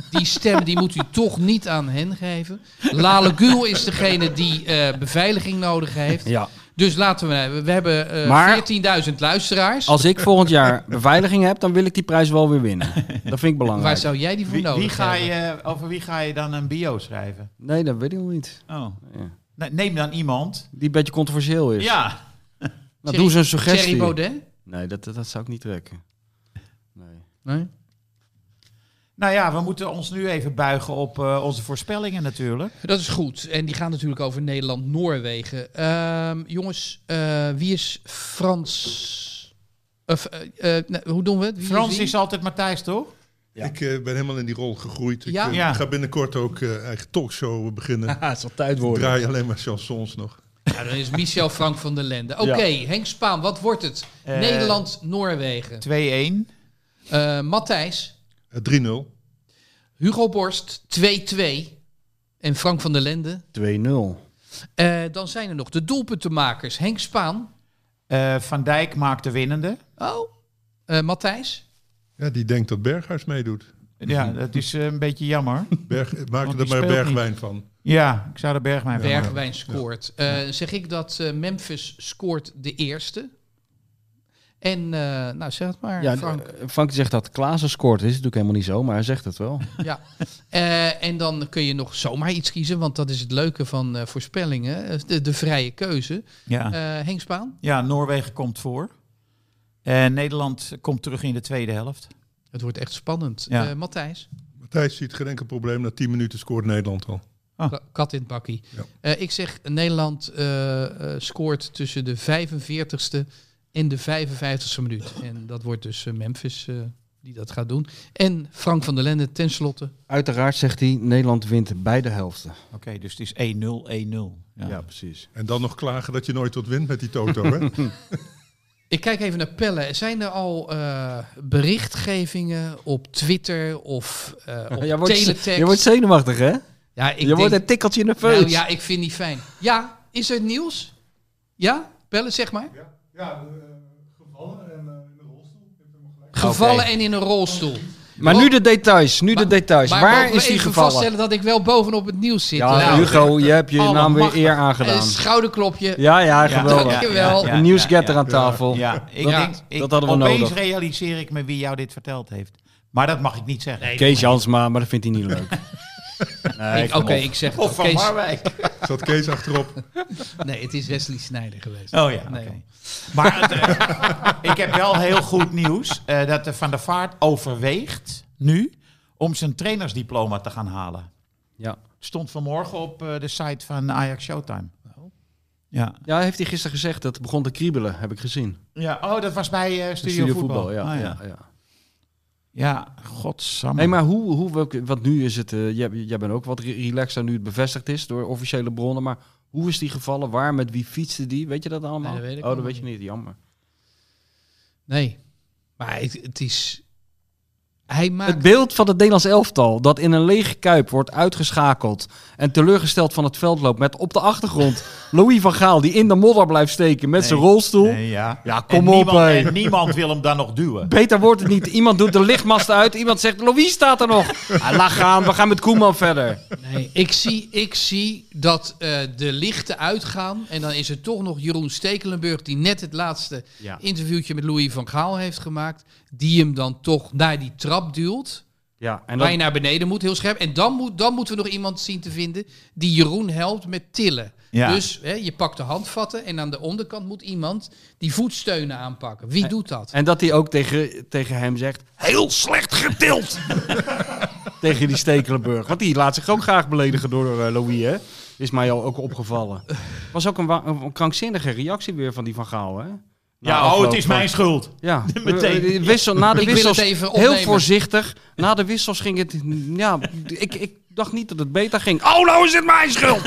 B: Die stem die moet u toch niet aan hen geven. Lale Gül is degene die eh, beveiliging nodig heeft.
C: Ja,
B: Dus laten we... We hebben eh,
C: Maar-
B: 14.000 luisteraars.
C: als ik volgend jaar beveiliging heb, dan wil ik die prijs wel weer winnen. Dat vind ik belangrijk.
B: Waar zou jij die voor
E: Wie,
B: nodig
E: wie ga
B: hebben?
E: je, over wie ga je dan een bio schrijven?
C: Nee, dat weet ik nog niet.
E: Oh.
C: Ja.
E: Ne- Neem dan iemand.
C: Die een beetje controversieel is.
E: Ja.
C: Nou, doe ze een
B: Thierry
C: suggestie.
B: Baudet?
C: Nee, dat, dat zou ik niet trekken. Nee.
B: Nee?
E: Nou ja, we moeten ons nu even buigen op eh, onze voorspellingen natuurlijk.
B: Dat is goed. En die gaan natuurlijk over Nederland-Noorwegen. Ehm, jongens, eh, wie is Frans? Of, eh, eh, nee, hoe doen we het? Wie
E: Frans
B: wie?
E: is altijd Matthijs, toch?
F: Ik eh, ben helemaal in die rol gegroeid. Ik
B: Ja?
F: eh,
E: Ja.
F: ga binnenkort ook eh, eigen talkshow beginnen.
C: Ah, het zal tijd
F: Ik draai alleen maar chansons nog.
B: Ja, dan is Michel Frank van der Lende. Oké, Henk Spaan, wat wordt het?
E: Eh,
B: Nederland-Noorwegen.
E: 2-1.
B: Eh Matthijs,
F: Eh, 3-0.
B: Hugo Borst, 2-2. En Frank van der Lende.
C: 2-0.
B: Eh, dan zijn er nog de doelpuntenmakers. Henk Spaan.
E: Eh, Van Dijk maakt de winnende.
B: Oh, eh, Matthijs.
F: Ja, die denkt dat Berghuis meedoet.
E: Ja,
C: Mhm.
E: dat is eh, een beetje jammer.
F: Berg, maak
E: die
F: er maar
E: speelt
F: bergwijn van.
E: Ja, ik zou de Bergwijn van maken.
B: Bergwijn scoort. Eh, zeg ik dat eh, Memphis scoort de eerste. En, eh, nou zeg het maar,
C: Ja,
B: Frank.
C: Frank. eh, Frank zegt dat Klaassen scoort. Dat is natuurlijk helemaal niet zo, maar hij zegt het wel.
B: ja. Eh, en dan kun je nog zomaar iets kiezen, want dat is het leuke van eh, voorspellingen. eh, De, de vrije keuze.
E: Ja.
B: Eh Henk Spaan,
E: ja, Noorwegen komt voor. En Nederland komt terug in de tweede helft.
B: het wordt echt spannend.
E: Ja.
B: Eh, Matthijs,
F: Matthijs ziet geen enkel probleem. Na 10 minuten scoort Nederland al.
E: Ah.
B: ka- kat in het bakkie.
F: Ja.
B: Eh, ik zeg, Nederland eh, eh, scoort tussen de 45ste en de 55ste minuut. En dat wordt dus eh, Memphis eh, die dat gaat doen. En Frank van der Lende tenslotte.
C: Uiteraard zegt hij, Nederland wint beide helften.
E: Oké, dus het is 1-0, 1-0. Ja.
C: precies.
F: En dan nog klagen dat je nooit wat wint met die toto. Hè?
B: Ik kijk even naar Pelle. Zijn er al eh, berichtgevingen op Twitter of eh op
C: Je wordt,
B: teletext?
C: je wordt zenuwachtig, hè?
B: ja, ik
C: je
B: denk-
C: wordt een tikkeltje nerveus.
B: nou, ja, ik vind die fijn. Ja, is er nieuws? Ja, Pelle, zeg maar.
G: Ja, eh, gevallen en eh, in de rolstoel. Ik heb helemaal gelijk.
B: Gevallen
E: Oké.
B: en in een rolstoel.
C: maar nu de details, nu
B: Maar-
C: de details.
B: maar
C: Waar
B: mogen we
C: is die
B: even
C: gevallen?
B: vaststellen dat ik wel bovenop het nieuws zit.
C: Ja,
B: Nou,
C: Hugo, je hebt je
B: allemaal
C: naam weer
B: machtig.
C: eer
B: Een
C: aangedaan.
B: schouderklopje.
C: Ja, ja,
E: Ja,
C: geweldig.
B: ja, Dankjewel.
E: ja,
C: Een nieuwsgetter
E: ja,
C: aan tafel.
E: Ja, ik
C: Ja,
E: denk, ik,
C: dat hadden we
E: opeens
C: nodig.
E: realiseer ik me wie jou dit verteld heeft. Maar dat mag ik niet zeggen.
C: Kees Jansma, maar dat vindt hij niet leuk. Nee,
B: Ik- Oké,
C: kom op.
B: ik zeg
E: Of
B: het.
E: van
B: Kees-
E: Marwijk.
F: Zat Kees achterop.
B: Nee, het is Wesley Snijder geweest.
E: Oh ja,
B: Nee,
E: oké.
B: joh.
E: Maar het, eh, ik heb wel heel goed nieuws eh, dat de Van der Vaart overweegt nu om zijn trainersdiploma te gaan halen.
C: Ja.
E: Stond vanmorgen op eh, de site van Ajax Showtime. Ja.
C: ja, heeft hij gisteren gezegd dat het begon te kriebelen, heb ik gezien.
E: ja. Oh, dat was bij eh Studio,
C: Studio
E: Voetbal.
C: voetbal, ja.
E: Ah,
C: ja, ja.
E: Ja, godsamme.
C: Nee, maar hoe, hoe, welke- want nu is het, eh, jij, jij bent ook wat re- relaxer nu het bevestigd is door officiële bronnen, maar hoe is die gevallen? Waar, met wie fietste die? Weet je dat allemaal?
B: Nee, dat weet ik
C: oh, dat
B: allemaal
C: weet je niet, jammer.
B: Nee. Maar het, het is... Hij maakt...
C: Het beeld van het Nederlands elftal dat in een lege kuip wordt uitgeschakeld en teleurgesteld van het veld loopt met op de achtergrond Louis van Gaal die in de modder blijft steken met
E: Nee,
C: zijn rolstoel.
E: Nee, ja.
C: Ja,
E: en,
C: kom op,
E: niemand,
C: hé.
E: en niemand wil hem dan nog duwen.
C: Beter wordt het niet. Iemand doet de lichtmast uit. Iemand zegt, Louis staat er nog. Ah, laat gaan, we gaan met Koeman verder.
B: Nee, ik zie, ik zie dat eh, de lichten uitgaan. En dan is er toch nog Jeroen Stekelenburg, die net het laatste
C: Ja.
B: interviewtje met Louis van Gaal heeft gemaakt. Die hem dan toch naar die trap duwt.
C: Ja, en
B: Waar je
C: dan,
B: naar beneden moet, heel scherp. En dan, moet, dan moeten we nog iemand zien te vinden die Jeroen helpt met tillen.
E: Ja.
B: Dus hè, je pakt de handvatten en aan de onderkant moet iemand die voetsteunen aanpakken. Wie doet dat?
C: en dat hij ook tegen, tegen hem zegt, heel slecht getild. tegen die Stekelenburg. Want die laat zich ook graag beledigen door eh, Louis, hè. Is mij al ook opgevallen. Was ook een, wa- een krankzinnige reactie weer van die van Gaal, hè. Na
E: ja, oh,
C: afloop
E: het is
C: van-
E: mijn schuld.
C: Ja,
E: Meteen.
C: Eh, eh, Wissel, na de
B: Ik wil
C: wissels,
B: het even
C: heel
B: opnemen.
C: voorzichtig. Na de wissels ging het... mm, Ja, ik, ik dacht niet dat het beter ging. Oh, nou is het mijn schuld!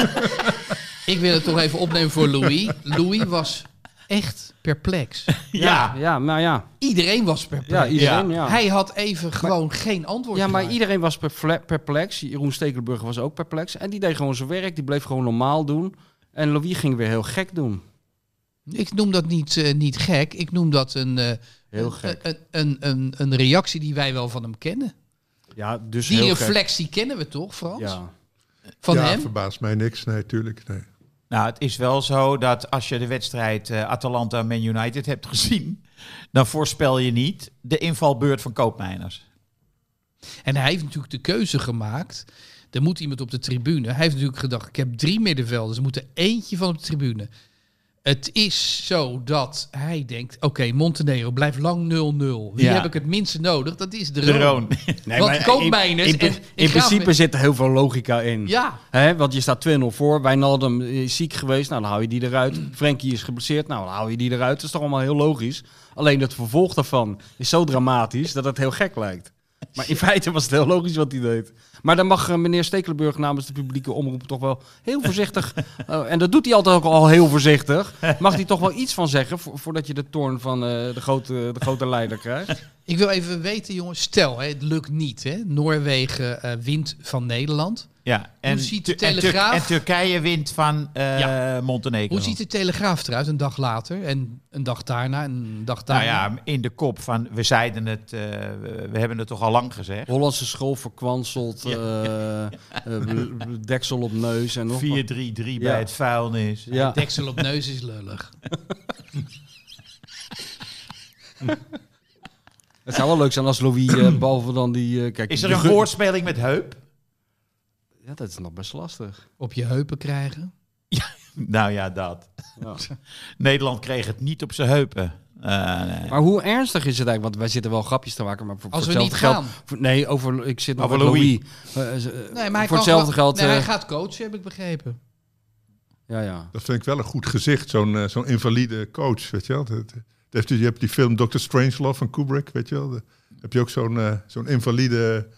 B: Ik wil het toch even opnemen voor Louis. Louis was echt perplex.
E: Ja.
C: Ja, maar ja.
B: Iedereen was perplex.
C: Ja, iedereen, ja.
B: Hij had even gewoon geen antwoord.
C: ja, maar
B: klaar.
C: iedereen was perple- perplex. Jeroen Stekelenburg was ook perplex. En die deed gewoon zijn werk. Die bleef gewoon normaal doen. En Louis ging weer heel gek doen.
B: Ik noem dat niet, eh, niet gek. Ik noem dat een, eh,
C: Heel
B: een,
C: gek.
B: Een, een, een, een reactie die wij wel van hem kennen.
C: Ja, dus
B: Die
C: heel gek.
B: reflectie kennen we toch, Frans?
C: Ja.
B: Van
F: ja,
B: hem?
F: verbaast mij niks. Nee, tuurlijk. Nee.
E: Nou, het is wel zo dat als je de wedstrijd eh, Atalanta-Man United hebt gezien... dan voorspel je niet de invalbeurt van Koopmeiners.
B: En hij heeft natuurlijk de keuze gemaakt. Er moet iemand op de tribune. Hij heeft natuurlijk gedacht, ik heb drie middenvelders. Er moet er eentje van op de tribune. Het is zo dat hij denkt, oké, Montenegro blijft lang 0-0. Wie
E: Ja.
B: heb ik het minste nodig? Dat is de
E: De
B: Roon.
E: Roon.
C: Nee,
B: Want
C: maar
B: Koopmeiners
C: in, in,
B: en-
C: in
B: ik ga-
C: principe zit er heel veel logica in.
B: Ja,
C: Hè, want je staat 2-0 voor. Wijnaldum is ziek geweest. Nou, dan hou je die eruit. Frenkie is geblesseerd. Nou, dan hou je die eruit. Dat is toch allemaal heel logisch. Alleen het vervolg daarvan is zo dramatisch dat het heel gek lijkt. Maar in feite was het heel logisch wat hij deed. Maar dan mag eh, meneer Stekelenburg namens de publieke omroep toch wel heel voorzichtig. eh, en dat doet hij altijd ook al heel voorzichtig. Mag hij toch wel iets van zeggen vo- voordat je de toorn van eh, de, grote, de grote leider krijgt?
B: Ik wil even weten, jongens, stel, hè, het lukt niet. Hè? Noorwegen eh, wint van Nederland.
E: Ja, en,
B: ziet
E: Tur-
B: de
E: en Tur-
B: Telegraaf-
E: en Turkije wint van eh,
B: Ja.
E: Montenegro.
B: Hoe ziet de Telegraaf eruit een dag later en een dag daarna en een dag
E: Nou
B: daarna?
E: ja, in de kop van... We zeiden het, eh, we we hebben het toch al lang gezegd. 4-3-3
C: Hollandse school verkwanseld. eh, eh, bl- bl- deksel op neus en nog wat.
E: bij
C: Ja.
E: het vuilnis.
C: Ja.
B: Deksel op neus is lullig.
C: Het zou wel leuk zijn als Louis, eh, behalve dan die... eh, kijk,
E: Is
C: de
E: er een
C: gu-
E: woordspeling met heup?
C: Ja, dat is nog best lastig.
B: Op je heupen krijgen.
E: Nou ja, dat.
C: Ja.
E: Nederland kreeg het niet op zijn heupen. Eh, nee.
C: Maar hoe ernstig is het eigenlijk? Want wij zitten wel grapjes te maken, maar voor,
B: Als
C: voor
B: we niet
C: hetzelfde geld...
B: gaan.
C: voor- nee, over, ik zit nog
E: Over
C: met Louis. Eh,
E: Louis.
C: eh,
B: Nee,
C: eh,
B: maar hij
C: voor
B: kan
C: hetzelfde
B: gewoon-
C: geld...
B: nee, hij
C: eh,
B: gaat coachen, heb ik begrepen.
C: ja, ja.
F: Dat vind ik wel een goed gezicht, zo'n eh, zo'n invalide coach, weet je wel. Dat, eh, dat heeft, u- je hebt die film Dr. Strangelove van Kubrick, weet je wel. Daar heb je ook zo'n eh, zo'n invalide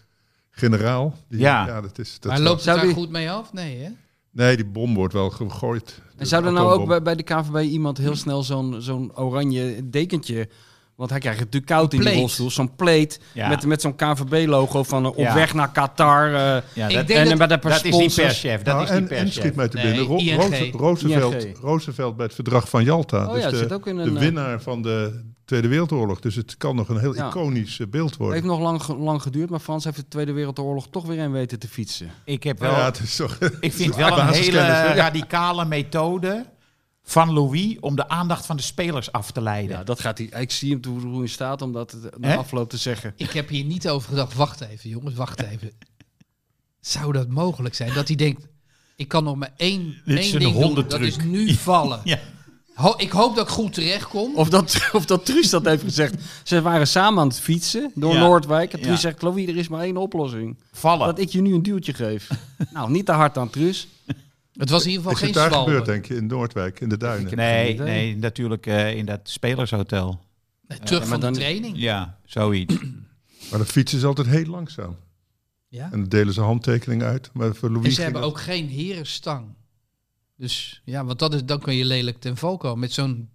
F: generaal. Die,
E: Ja.
F: dat is, dat
B: Maar
F: is wel-
B: loopt het
C: Zou
B: daar
C: die-
B: goed mee af? Nee, hè?
F: Nee, die bom wordt wel gegooid.
C: En zou er nou
F: Atoombom.
C: ook bij, bij de KVB iemand heel snel zo'n zo'n oranje dekentje... Want hij krijgt het natuurlijk koud in die
B: Plaat.
C: rolstoel. Zo'n plate
E: Ja.
C: met, met zo'n KVB-logo van eh, op
E: Ja.
C: weg naar Qatar. eh,
E: ja,
B: ik
E: dat,
B: denk
C: en
B: dat-
C: met een paar
E: dat is niet
C: sponsors.
E: perschef. Dat
F: Nou,
E: is
F: en,
E: niet
F: en schiet
E: perschef.
F: mij te
B: Nee,
F: binnen. Ro-
B: ING.
F: Roze- Roosevelt,
C: ING.
F: Roosevelt bij het verdrag van Jalta.
C: Oh
F: dus
C: ja,
F: de,
C: zit ook in
F: de
C: een, eh,
F: winnaar van de Tweede Wereldoorlog. Dus het kan nog een heel
C: Ja.
F: iconisch eh, beeld
C: Het
F: worden.
C: heeft nog lang, ge- lang geduurd, maar Frans heeft de Tweede Wereldoorlog toch weer in weten te fietsen.
E: Ik, heb wel,
F: Nou ja, het is toch...
E: ik vind wel een hele
F: basiskennis, hè?
E: radicale methode van Louis om de aandacht van de spelers af te leiden.
C: Ja, dat gaat hij. Ik zie hem toe hoe hij staat om dat eh, na
E: Hè?
C: afloop te zeggen.
B: Ik heb hier niet over gedacht. Wacht even, jongens, wacht even. Zou dat mogelijk zijn? Dat hij denkt, ik kan nog maar één,
E: Dit is
B: één
E: een
B: ding doen. Dat
E: hondentruc.
B: is nu vallen.
E: Ja.
B: Ho- ik hoop dat ik goed terechtkom.
C: Of dat, of dat Truus dat heeft gezegd. Ze waren samen aan het fietsen door
E: Ja.
C: Noordwijk. En Truus
E: Ja.
C: zegt, Chloe, er is maar één oplossing.
E: Vallen.
C: Dat ik je nu een duwtje geef. nou, niet te hard aan Truus.
B: Het was in ieder
F: Is
B: geval
F: het
B: geen
F: daar
B: zwalbe.
F: gebeurd, denk je, in Noordwijk, in de duinen?
E: nee,
C: idee.
E: nee, natuurlijk eh, in dat spelershotel.
B: Nee, terug
C: Ja, maar
B: van
C: dan-
B: de training.
E: Ja, zoiets.
F: Maar de fietsen is altijd heel langzaam.
B: Ja.
F: En dan delen ze handtekeningen uit. Maar voor Louis
B: En ze
F: ging
B: hebben
F: dat-
B: ook geen herenstang. Dus ja, want dat is, dan kun je lelijk ten val komen. Met zo'n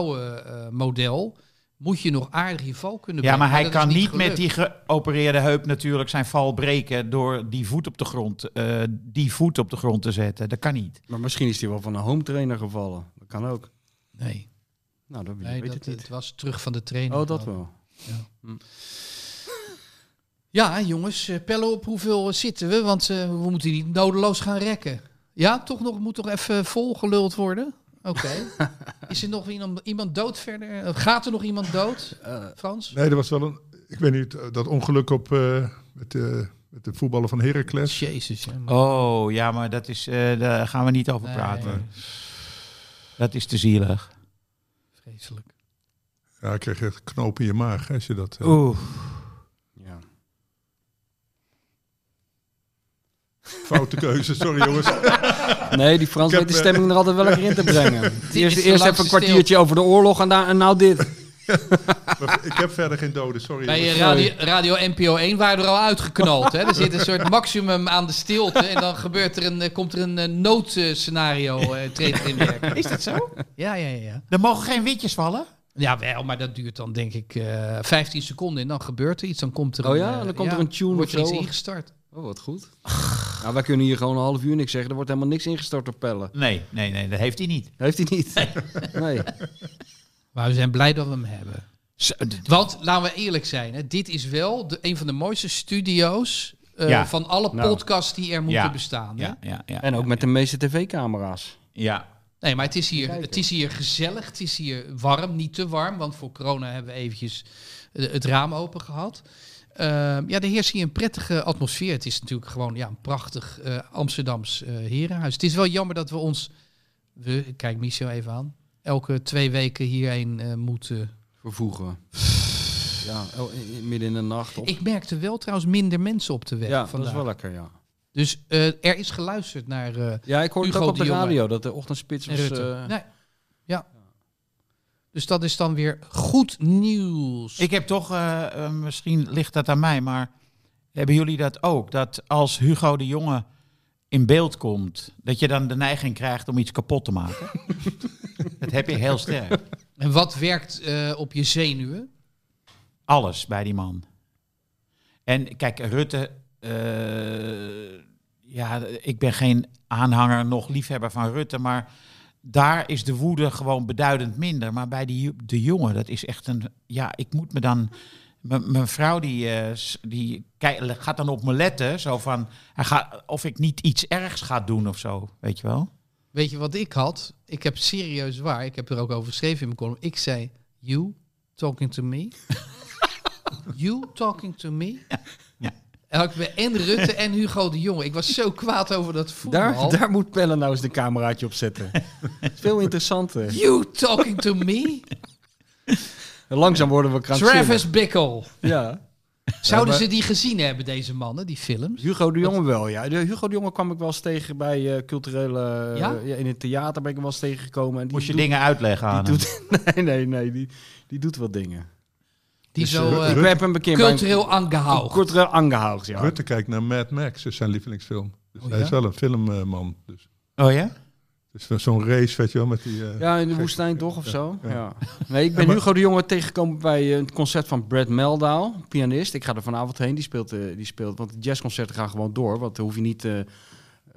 B: vrouwenmodel eh, moet je nog aardig je val kunnen
E: Ja,
B: brengen,
E: maar hij
B: dat
E: kan
B: is
E: niet
B: gelukt.
E: met die geopereerde heup natuurlijk zijn val breken door die voet op de grond, eh, die voet op de grond te zetten. Dat kan niet.
C: Maar misschien is hij wel van een home trainer gevallen. Dat kan ook.
B: Nee,
C: Nou, dat
B: nee
C: weet
B: dat,
C: ik
B: het
C: niet.
B: was terug van de training.
C: Oh, dat wel.
B: Ja, jongens, eh, pellen op hoeveel eh, zitten we, want eh, we moeten niet nodeloos gaan rekken. Ja, toch nog, moet toch even volgeluld worden? Oké. Is er nog iemand, iemand dood verder? Eh, Gaat er nog iemand dood,
C: Eh,
B: Frans?
F: Nee, er was wel een. Ik weet niet, eh, dat ongeluk op. eh, met, eh, met de voetballer van Heracles.
B: Jezus, hè, man.
E: Oh, ja, maar dat is, eh, daar gaan we niet over
B: Nee,
E: praten.
B: nee,
E: Dat is te zielig.
C: Oh.
B: Vreselijk.
F: Ja, ik kreeg echt knoop in je maag hè, als je dat. eh,
E: Oeh.
C: Ja.
F: Foute keuze, sorry jongens.
C: Nee, die Frans
F: Ik
C: weet
F: heb,
C: de
F: eh,
C: stemming er altijd wel lekker in te brengen. Eerst,
B: de
C: eerst even
B: langste
C: een kwartiertje over de oorlog en, daar, en nou dit.
F: Maar ik heb verder geen doden, sorry.
B: Bij eh,
F: jongens.
B: radio, radio NPO 1 waren we er al uitgeknald. Hè? Er zit een soort maximum aan de stilte. En dan gebeurt er een, eh, komt er een eh, noodscenario eh, treedt er in werking. Is dat zo? Ja, ja, ja, ja.
E: Er mogen geen witjes vallen?
B: Ja, wel, maar dat duurt dan denk ik eh 15 seconden. En dan gebeurt er iets. Dan komt er
C: Oh
B: een,
C: ja,
B: eh,
C: dan komt er een tune
B: Wordt
C: of
B: er iets
C: zo.
B: ingestart.
C: Oh, wat goed. Nou, wij kunnen hier gewoon een half uur niks zeggen. Er wordt helemaal niks ingestort op pellen.
E: Nee, nee, nee, dat heeft hij niet.
C: Heeft hij niet. Nee.
B: Maar we zijn blij dat we hem hebben. Want, laten we eerlijk zijn. Hè? Dit is wel de, een van de mooiste studio's... eh,
E: Ja.
B: van alle
C: Nou.
B: podcasts die er moeten
E: Ja.
B: bestaan. Hè?
E: Ja, ja, ja.
C: En ook met de meeste tv-camera's.
E: Ja,
B: Nee, maar het is, hier,
C: Kijken.
B: het is hier gezellig. Het is hier warm, niet te warm. Want voor corona hebben we eventjes eh, het raam open gehad. Ehm, ja, er heerst hier een prettige atmosfeer. Het is natuurlijk gewoon ja, een prachtig eh, Amsterdams eh, herenhuis. Het is wel jammer dat we ons... We, ik kijk Michel even aan. Elke twee weken hierheen eh, moeten...
C: Vervoegen. Ja, el- i- i- midden in de nacht. Op.
B: Ik merkte wel trouwens minder mensen op de weg
C: Ja, dat
B: vandaag.
C: is wel lekker, ja.
B: Dus eh, er is geluisterd naar... eh,
C: Ja, ik hoorde het
B: Hugo
C: ook op de
B: de Jonge.
C: radio dat de ochtendspits
B: En
C: was...
B: Rutte.
C: eh,
B: Nee. Ja. Dus dat is dan weer goed nieuws.
E: ik heb toch, eh, eh, misschien ligt dat aan mij, maar hebben jullie dat ook? Dat als Hugo de Jonge in beeld komt, dat je dan de neiging krijgt om iets kapot te maken? dat heb je heel sterk.
B: En wat werkt eh, op je zenuwen?
E: Alles bij die man. En kijk, Rutte, eh, ja, ik ben geen aanhanger, nog liefhebber van Rutte, maar daar is de woede gewoon beduidend minder. Maar bij die, de jongen, dat is echt een. Ja, ik moet me dan. m- Mijn vrouw die, eh, s- die kei- gaat dan op me letten. Zo van. Hij gaat, of ik niet iets ergs ga doen of zo. Weet je wel?
B: Weet je wat ik had? Ik heb serieus waar, ik heb er ook over geschreven in mijn column. Ik zei, you talking to me? you talking to me?
E: Ja.
B: En had ik bij en Rutte en Hugo de Jonge. Ik was zo kwaad over dat voetbal.
C: Daar, daar moet Pelle nou eens de cameraatje op zetten. Veel interessanter.
B: You talking to me?
C: Langzaam worden we krankzinnig.
B: Travis Bickle.
C: Ja.
B: Zouden ze die gezien hebben, deze mannen, die films?
C: Hugo de Jonge wel, ja. De Hugo de Jonge kwam ik wel eens tegen bij eh, culturele... eh,
B: Ja?
C: ja? in het theater ben ik hem wel eens tegengekomen. En die
E: Moest je
C: doet-
E: dingen uitleggen aan
C: die
E: hem.
C: doet, Nee, nee, nee. Die, die doet wel dingen.
B: Die
C: Dus,
B: zo
C: eh,
B: eh,
C: ik heb hem bekend
B: cultureel
C: bij een
B: aangehouden.
C: cultureel aangehaald, ja.
F: Rutte kijkt naar Mad Max, dat is zijn lievelingsfilm. Dus
B: Oh,
F: hij
B: ja?
F: is wel een filmman. Dus,
E: Oh ja?
F: dus zo'n race, weet je wel, met die... eh,
C: Ja, in de woestijn toch of zo? Ja. Nee, ik ben Hugo de Jonge tegengekomen bij eh, het concert van Brad Meldau, pianist. Ik ga er vanavond heen, die speelt, eh, die speelt want de jazzconcerten gaan gewoon door. Want dan hoef je niet eh,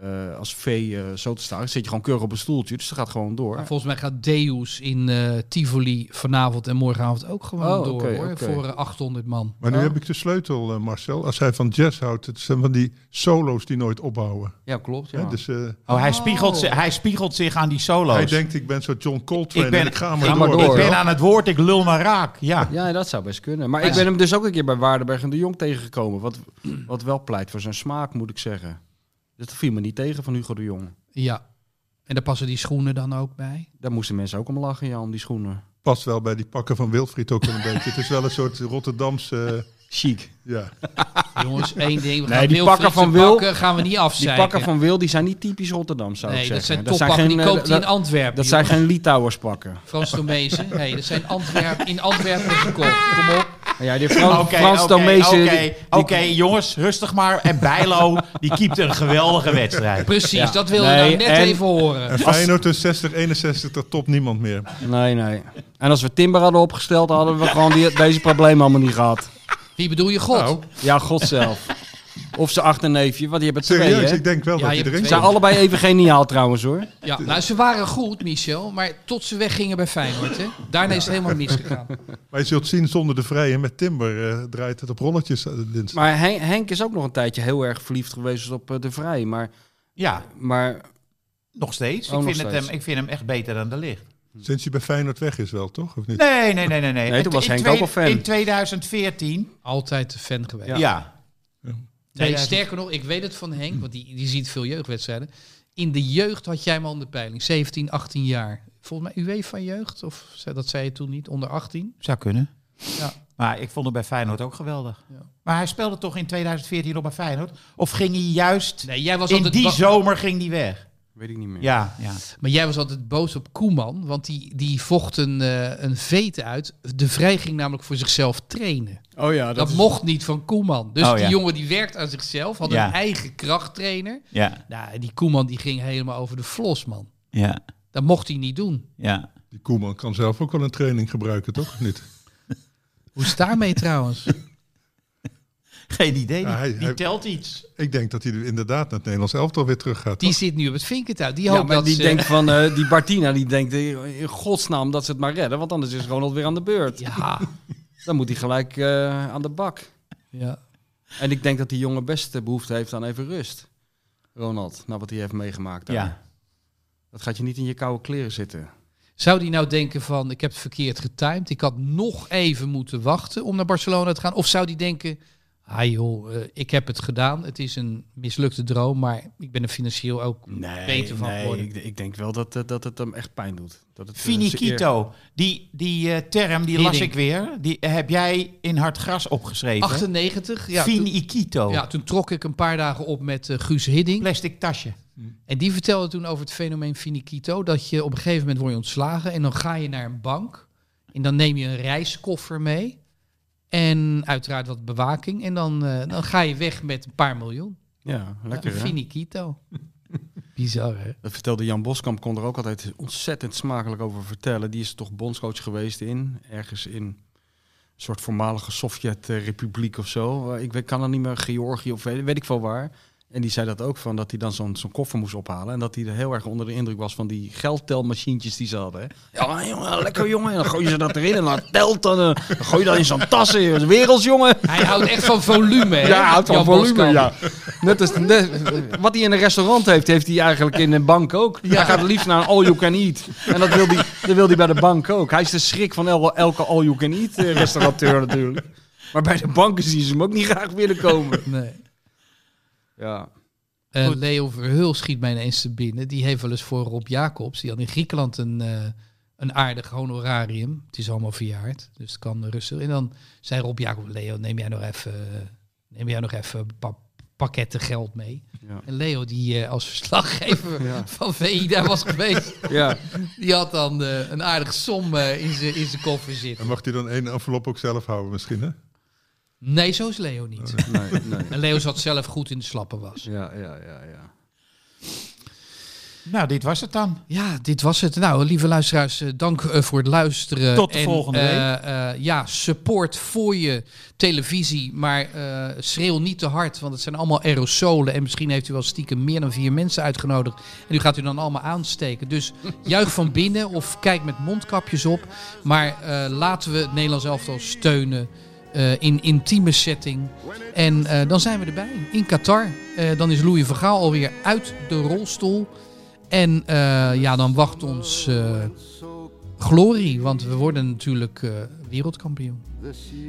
C: eh, als vee eh, zo te staan. Dan zit je gewoon keurig op een stoeltje, dus dat gaat gewoon door.
B: Maar volgens mij gaat Deus in eh, Tivoli vanavond en morgenavond ook gewoon
C: Oh,
B: door
C: oké,
B: hoor,
C: oké.
B: voor eh, 800 man.
F: Maar nu
C: Oh.
F: heb ik de sleutel, eh, Marcel. Als hij van jazz houdt, het zijn van die solo's die nooit ophouden.
C: Ja, klopt.
F: hè.
C: Ja.
F: Dus eh,
E: Oh, hij,
B: Oh.
E: spiegelt, zi- hij spiegelt zich aan die solo's.
F: hij denkt, ik ben zo'n John Coltrane
E: Ik ben-
F: en ik ga maar
C: ga maar door.
F: door. weet
E: Ik
F: je wel.
E: ben aan het woord, ik lul maar raak. Ja.
C: ja, dat zou best kunnen. Maar
B: Ja.
C: ik ben hem dus ook een keer bij Waardenberg en de Jong tegengekomen. Wat, wat wel pleit voor zijn smaak, moet ik zeggen. Dat viel me niet tegen van Hugo de Jong.
B: Ja. En daar passen die schoenen dan ook bij.
C: Daar moesten mensen ook om lachen, ja, om die schoenen.
F: Past wel bij die pakken van Wilfried ook wel een beetje. Het is wel een soort Rotterdamse... eh,
C: Chic.
F: ja.
B: Jongens, één ding. We
C: Nee,
B: gaan
C: die
B: Wilfried
C: pakken van
B: zijn
C: Wil-
B: pakken gaan we niet
C: Die
B: afzeiken.
C: pakken van Wil, die zijn niet typisch Rotterdam, zou
B: Nee,
C: ik
B: dat
C: zeggen.
B: zijn toppakken. Die
C: eh,
B: koopt hij
C: dat-
B: in Antwerpen.
C: Dat zijn geen Litouwers pakken.
B: Frans Tomezen. Nee, dat zijn Antwerp, in Antwerpen gekocht. Kom op.
C: Ja, die Fran
E: Oké,
C: Frans
E: oké,
C: Tomezen,
E: oké,
C: die- die-
E: Oké, jongens, rustig maar. En Bijlo, die keept een geweldige wedstrijd.
B: Precies,
C: Ja.
B: dat wilde
C: Nee,
B: ik nou net
C: en-
B: even horen.
F: En Feyenoord in 60, 61, dat top niemand meer.
C: Nee, nee. En als we Timber hadden opgesteld, hadden we gewoon die, deze problemen allemaal niet gehad.
B: Wie bedoel je God?
F: Nou,
C: Ja, God zelf. Of zijn achterneefje, want die hebben twee,
F: serieus,
C: hè?
F: ik denk wel
B: Ja,
F: dat
B: je
F: je
B: hebt
F: erin
B: twee.
C: Zijn
F: komt.
C: allebei even geniaal trouwens, hoor.
B: Ja, nou, ze waren goed, Michel, maar tot ze weggingen bij Feyenoord. Hè? Daarna is het helemaal misgegaan.
F: Maar je zult zien, zonder de vrije met Timber eh, draait het op rolletjes eh, dinsdag.
C: Maar Hen- Henk is ook nog een tijdje heel erg verliefd geweest op eh, De Vrij. Maar,
E: Ja,
C: maar
E: nog steeds.
C: Oh,
E: ik,
C: nog
E: vind
C: steeds.
E: Het hem, ik vind hem echt beter dan de licht.
F: Sinds hij bij Feyenoord weg is wel, toch? Of niet?
E: Nee, nee, nee, nee. Nee,
C: Nee, toen was
E: In
C: Henk
E: twee-
C: ook al fan.
E: In 2014,
B: Altijd de fan geweest.
E: ja.
C: Ja.
B: Nee,
E: 2000.
B: sterker nog, ik weet het van Henk, want die, die ziet veel jeugdwedstrijden. In de jeugd had jij hem al in de peiling, 17, 18 jaar. Volgens mij UEFA jeugd, of ze- dat zei je toen niet, onder 18.
E: Zou kunnen.
B: Ja.
E: Maar ik vond hem bij Feyenoord ook geweldig.
B: Ja.
E: Maar hij speelde toch in 2014 nog bij Feyenoord? Of ging hij juist...
B: Nee, jij was
E: in
B: altijd
E: die
B: wa-
E: zomer ging hij weg.
C: weet ik niet meer.
E: Ja, ja.
B: Maar jij was altijd boos op Koeman, want die, die vocht een, eh, een veet uit. De Vrij ging namelijk voor zichzelf trainen.
C: Oh ja,
B: Dat, mocht niet van Koeman. Dus
E: Oh,
B: die
E: ja.
B: jongen die werkt aan zichzelf, had
E: Ja.
B: een eigen krachttrainer.
E: Ja,
B: Nou, die Koeman die ging helemaal over de flos, man.
E: ja,
B: Dat mocht hij niet doen.
E: ja.
F: Die Koeman kan zelf ook wel een training gebruiken, toch? Of niet?
B: Hoe is het daarmee trouwens?
E: Geen idee.
F: Ja, hij-
E: die die
F: hij-
E: telt iets.
F: Ik denk dat hij inderdaad naar het Nederlands elftal weer terug gaat.
B: Die
F: toch?
B: zit nu op het vinkertuig. Die
C: Ja,
B: hoopt
C: maar
B: dat
C: die
B: ze...
C: denkt van, eh, die Bartina, die denkt eh, in godsnaam dat ze het maar redden, want anders is Ronald weer aan de beurt.
B: Ja,
C: Dan moet hij gelijk eh, aan de bak.
B: ja.
C: En ik denk dat die jongen best eh, behoefte heeft aan even rust. Ronald, nou wat hij heeft meegemaakt. daar.
E: Ja.
C: Dat gaat je niet in je koude kleren zitten.
B: Zou die nou denken van, ik heb het verkeerd getimed. Ik had nog even moeten wachten om naar Barcelona te gaan. Of zou die denken, ah joh, eh, ik heb het gedaan. Het is een mislukte droom, maar ik ben er financieel ook beter van geworden.
C: ik, ik denk wel dat, eh, dat het hem echt pijn doet. Dat het, eh, zijn eer-
E: Finiquito. Die, die eh, term, die las
B: Heading.
E: ik weer. Die heb jij in hard gras opgeschreven.
B: 98, ja. Toen,
E: Finiquito.
B: ja, toen trok ik een paar dagen op met eh, Guus Hidding.
E: Oh. Plastic tasje.
B: En die vertelde toen over het fenomeen finiquito. Dat je op een gegeven moment word je ontslagen en dan ga je naar een bank. En dan neem je een reiskoffer mee. En uiteraard wat bewaking. En dan, eh, dan ga je weg met een paar miljoen.
C: Ja, lekker
B: ja,
C: hè?
B: finiquito. Bizar hè?
C: eh, Dat vertelde Jan Boskamp, kon er ook altijd ontzettend smakelijk over vertellen. Die is toch bondscoach geweest in, ergens in een soort voormalige Sovjet-republiek of zo. Eh, Ik weet, kan dat niet meer, Georgië of weet, weet ik veel waar. En die zei dat ook, van dat hij dan zo'n zo'n koffer moest ophalen. En dat hij er heel erg onder de indruk was van die geldtelmachientjes die ze hadden. hè. Ja, jongen, lekker jongen. En dan gooi je ze dat erin en dan telt dan. eh, Dan gooi je dat in zo'n tas. eh, Werelds, jongen.
B: Hij houdt echt van volume hè?
C: Ja, hij houdt van
B: Jan
C: volume,
B: Boskamp.
C: ja. Net als, net- wat hij in een restaurant heeft, heeft hij eigenlijk in een bank ook. Hij gaat het liefst naar een all-you-can-eat. En dat wil, hij, dat wil hij bij de bank ook. Hij is de schrik van el- elke all-you-can-eat eh, restaurateur natuurlijk. Maar bij de banken zien ze hem ook niet graag binnenkomen.
B: Nee.
C: Ja.
B: Eh, Leo Verhul schiet mij ineens te binnen. Die heeft wel eens voor Rob Jacobs. Die had in Griekenland een, eh, een aardig honorarium. Het is allemaal verjaard, dus het kan rustig. En dan zei Rob Jacobs, Leo, neem jij nog even, neem jij nog even een pa- pakketten geld mee.
C: Ja.
B: En Leo, die eh, als verslaggever
C: Ja.
B: van VI daar was geweest,
C: ja.
B: die had dan eh, een aardige som eh, in zijn in zijn koffer
F: En
B: zitten.
F: mag hij dan één envelop ook zelf houden misschien, hè?
B: Nee, zo is Leo niet.
C: Oh, Nee, nee.
B: En Leo zat zelf goed in de slappe was.
C: Ja, ja, ja, ja.
E: Nou, dit was het dan.
B: Ja, dit was het. Nou, lieve luisteraars, eh, dank eh, voor het luisteren.
E: Tot de
B: En,
E: volgende
B: eh,
E: week.
B: eh, ja, support voor je televisie, maar eh, schreeuw niet te hard, want het zijn allemaal aerosolen. En misschien heeft u wel stiekem meer dan vier mensen uitgenodigd. En u gaat u dan allemaal aansteken. Dus juich van binnen of kijk met mondkapjes op. Maar eh, laten we het Nederlands elftal steunen eh, in intieme setting. En eh, dan zijn we erbij in Qatar. Eh, dan is Louis van Gaal alweer uit de rolstoel. En eh, ja, dan wacht ons eh, glorie, want we worden natuurlijk eh, wereldkampioen.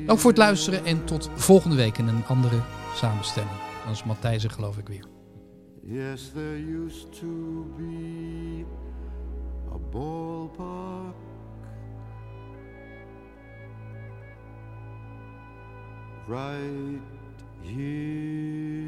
B: Dank voor het luisteren en tot volgende week in een andere samenstelling. Dan is Matthijs er geloof ik weer.
D: Yes, there used to be a ballpark right here.